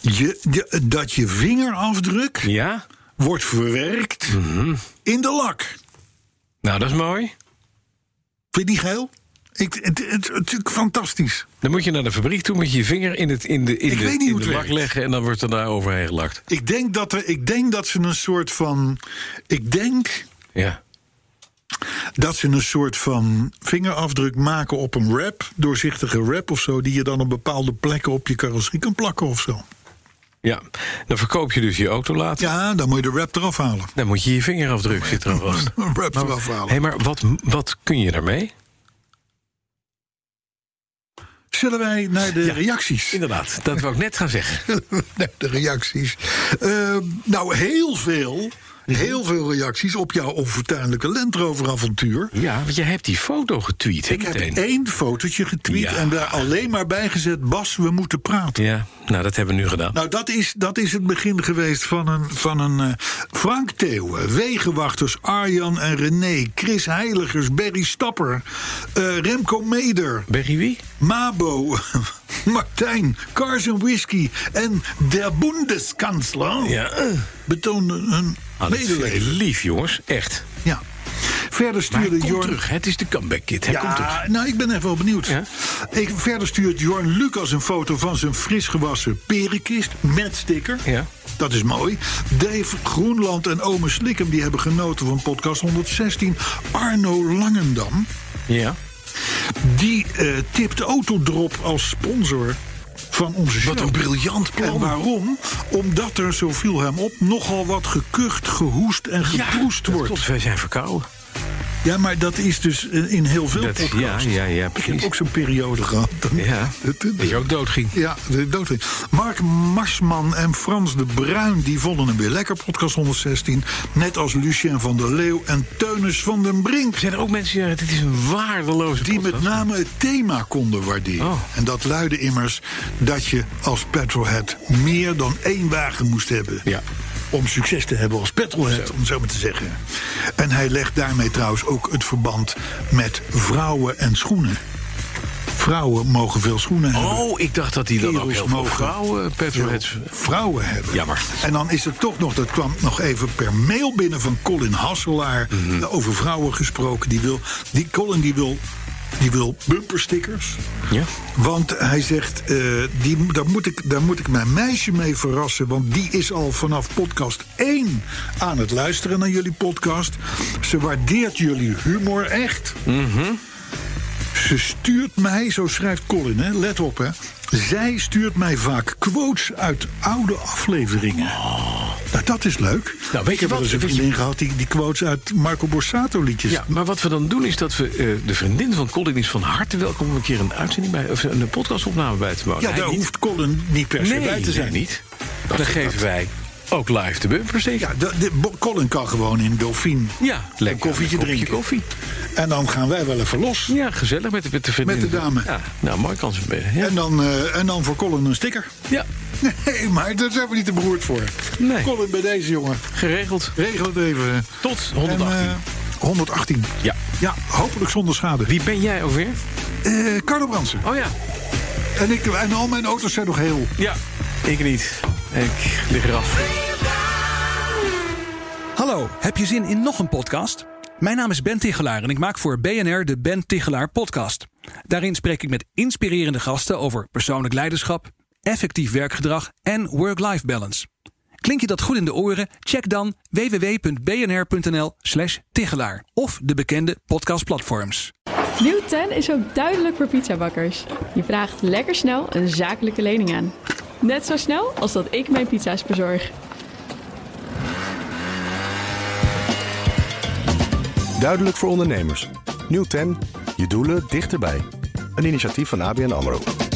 Speaker 5: Je, de- dat je vingerafdruk
Speaker 6: Ja.
Speaker 5: wordt verwerkt
Speaker 6: Mhm.
Speaker 5: in de lak.
Speaker 6: Nou, dat is mooi.
Speaker 5: Vind je die geil? Ik, het, het, het is natuurlijk fantastisch.
Speaker 6: Dan moet je naar de fabriek toe, moet je je vinger in, het, in de, in
Speaker 5: Ik
Speaker 6: de,
Speaker 5: weet niet
Speaker 6: in
Speaker 5: hoe
Speaker 6: de
Speaker 5: het
Speaker 6: lak
Speaker 5: werkt.
Speaker 6: leggen en dan wordt er daar overheen gelakt.
Speaker 5: Ik denk, dat er, ik denk dat ze een soort van. Ik denk
Speaker 6: Ja.
Speaker 5: dat ze een soort van vingerafdruk maken op een wrap. Doorzichtige wrap of zo. Die je dan op bepaalde plekken op je carrosserie kan plakken of zo.
Speaker 6: ja. Dan verkoop je dus je auto later.
Speaker 5: Ja, dan moet je de wrap eraf halen.
Speaker 6: Dan moet je je vingerafdruk zitten eraan vast.
Speaker 5: Een wrap eraf halen.
Speaker 6: Hé, maar wat, wat kun je daarmee?
Speaker 5: Zullen wij naar de reacties?
Speaker 6: Inderdaad, dat wou ik net gaan zeggen.
Speaker 5: naar de reacties. Ehm, nou, heel veel. Heel veel reacties op jouw onfortuinlijke Land Rover avontuur.
Speaker 6: Ja, want jij hebt die foto getweet. hè,
Speaker 5: Ik heb
Speaker 6: meteen.
Speaker 5: één fotootje getweet
Speaker 6: Ja.
Speaker 5: en daar alleen maar bij gezet... Bas, we moeten praten.
Speaker 6: Ja, nou dat hebben we nu gedaan.
Speaker 5: Nou, dat is, dat is het begin geweest van een, van een eh, Frank Theeuwen, Wegenwachters, Arjan en René, Chris Heiligers, Berry Stapper, eh, Remco Meder,
Speaker 6: Berry wie?
Speaker 5: Mabo, Martijn, Cars and Whisky en der Bundeskanzler
Speaker 6: eh.
Speaker 5: betoonden een
Speaker 6: Ah, dat vind ik
Speaker 5: medeleven.
Speaker 6: lief, jongens. Echt.
Speaker 5: Ja. Verder
Speaker 6: Maar
Speaker 5: stuurde
Speaker 6: hij komt
Speaker 5: Jorn...
Speaker 6: terug. hè. Het is de comeback kid. Hij komt terug.
Speaker 5: Ja, nou, ik ben even wel benieuwd.
Speaker 6: Ja?
Speaker 5: Ik, verder stuurt Jorn Lucas een foto van zijn fris gewassen perenkist met sticker.
Speaker 6: Ja.
Speaker 5: Dat is mooi. Dave Groenland en Ome Slikkem die hebben genoten van podcast 116. Arno Langendam,
Speaker 6: Ja.
Speaker 5: die eh, tipt Autodrop als sponsor van onze show.
Speaker 6: Wat een briljant plan.
Speaker 5: En waarom? Omdat er, zo viel hem op, nogal wat gekucht, gehoest en geproest
Speaker 6: dat
Speaker 5: wordt.
Speaker 6: klopt. Wij zijn verkouden.
Speaker 5: Ja, maar dat is dus eh, in heel veel
Speaker 6: Dat-
Speaker 5: podcasts.
Speaker 6: ja, ja, ja,
Speaker 5: Ik heb
Speaker 6: precies.
Speaker 5: ook zo'n periode gehad.
Speaker 6: Ja.
Speaker 5: Dat- dat-
Speaker 6: Dat je ook doodging.
Speaker 5: Ja, de doodwit. Mark Marsman en Frans de Bruin die vonden hem weer lekker, podcast 116. Net als Lucien van der Leeuw en Teunis van den Brink.
Speaker 6: Zijn er ook mensen die zeggen, dit is een waardeloze
Speaker 5: Die met
Speaker 6: podcast?
Speaker 5: name het thema konden waarderen.
Speaker 6: Oh.
Speaker 5: En dat luidde immers dat je als petrolhead meer dan één wagen moest hebben.
Speaker 6: Ja.
Speaker 5: Om succes te hebben als petrolhead, om het zo maar te zeggen. En hij legt daarmee trouwens ook het verband met vrouwen en schoenen. Vrouwen mogen veel schoenen hebben.
Speaker 6: Oh, ik dacht dat die dan ook
Speaker 5: Kerels
Speaker 6: heel veel
Speaker 5: mogen
Speaker 6: vrouwen, eh, petrolheads...
Speaker 5: vrouwen hebben.
Speaker 6: Jammer.
Speaker 5: En dan is er toch nog, dat kwam nog even per mail binnen van Colin Hasselaar.
Speaker 6: Mhm.
Speaker 5: Nou, Over vrouwen gesproken. Die, wil, die Colin die wil, die wil bumperstickers.
Speaker 6: Ja.
Speaker 5: Want hij zegt, eh, die, daar, moet ik, daar moet ik mijn meisje mee verrassen. Want die is al vanaf podcast 1 aan het luisteren naar jullie podcast. Ze waardeert jullie humor echt.
Speaker 6: Mhm.
Speaker 5: Ze stuurt mij, zo schrijft Colin, hè, let op hè. Zij stuurt mij vaak quotes uit oude afleveringen. Nou, dat is leuk.
Speaker 6: Oh. weet je
Speaker 5: ik heb wel
Speaker 6: wat?
Speaker 5: eens een
Speaker 6: Weet je-
Speaker 5: vriendin gehad die, die quotes uit Marco Borsato liedjes.
Speaker 6: Ja, maar wat we dan doen is dat we eh, de vriendin van Colin is van harte welkom om een keer een uitzending bij of een podcastopname bij te wonen.
Speaker 5: Ja,
Speaker 6: Hij
Speaker 5: daar
Speaker 6: niet.
Speaker 5: hoeft Colin niet per se
Speaker 6: nee,
Speaker 5: bij te
Speaker 6: nee,
Speaker 5: zijn.
Speaker 6: niet. dan geven wij ook live de bumper zeker.
Speaker 5: Ja, de, de- Bo- Colin kan gewoon in Dauphine
Speaker 6: Ja,
Speaker 5: een
Speaker 6: lekker
Speaker 5: koffietje
Speaker 6: kopje
Speaker 5: drinken.
Speaker 6: koffie.
Speaker 5: En dan gaan wij wel even los.
Speaker 6: Ja, gezellig met, de- met de vriendin.
Speaker 5: Met de dame.
Speaker 6: Ja, nou, mooi kans. eh, Ja.
Speaker 5: En, dan, eh, en dan voor Colin een sticker.
Speaker 6: ja,
Speaker 5: Nee, maar daar zijn we niet te beroerd voor.
Speaker 6: Nee.
Speaker 5: Colin bij deze jongen.
Speaker 6: geregeld.
Speaker 5: Regel het even.
Speaker 6: Tot 118.
Speaker 5: En, eh, 118.
Speaker 6: Ja.
Speaker 5: Ja, hopelijk zonder schade.
Speaker 6: Wie ben jij ook weer?
Speaker 5: Eh, Carlo Bransen.
Speaker 6: Oh ja,
Speaker 5: En, ik, en al mijn auto's zijn nog heel.
Speaker 6: ja. Ik niet. Ik lig eraf.
Speaker 9: Hallo, heb je zin in nog een podcast? Mijn naam is Ben Tichelaar en ik maak voor BNR de Ben Tichelaar Podcast. Daarin spreek ik met inspirerende gasten over persoonlijk leiderschap, effectief werkgedrag en work-life balance. Klinkt je dat goed in de oren? Check dan www.bnr.nl/slash Tichelaar of de bekende podcastplatforms.
Speaker 1: Nieuw 10 is ook duidelijk voor pizzabakkers. Je vraagt lekker snel een zakelijke lening aan. Net zo snel als dat ik mijn pizza's bezorg.
Speaker 2: Duidelijk voor ondernemers. Nieuw 10. Je doelen dichterbij. Een initiatief van ABN AMRO.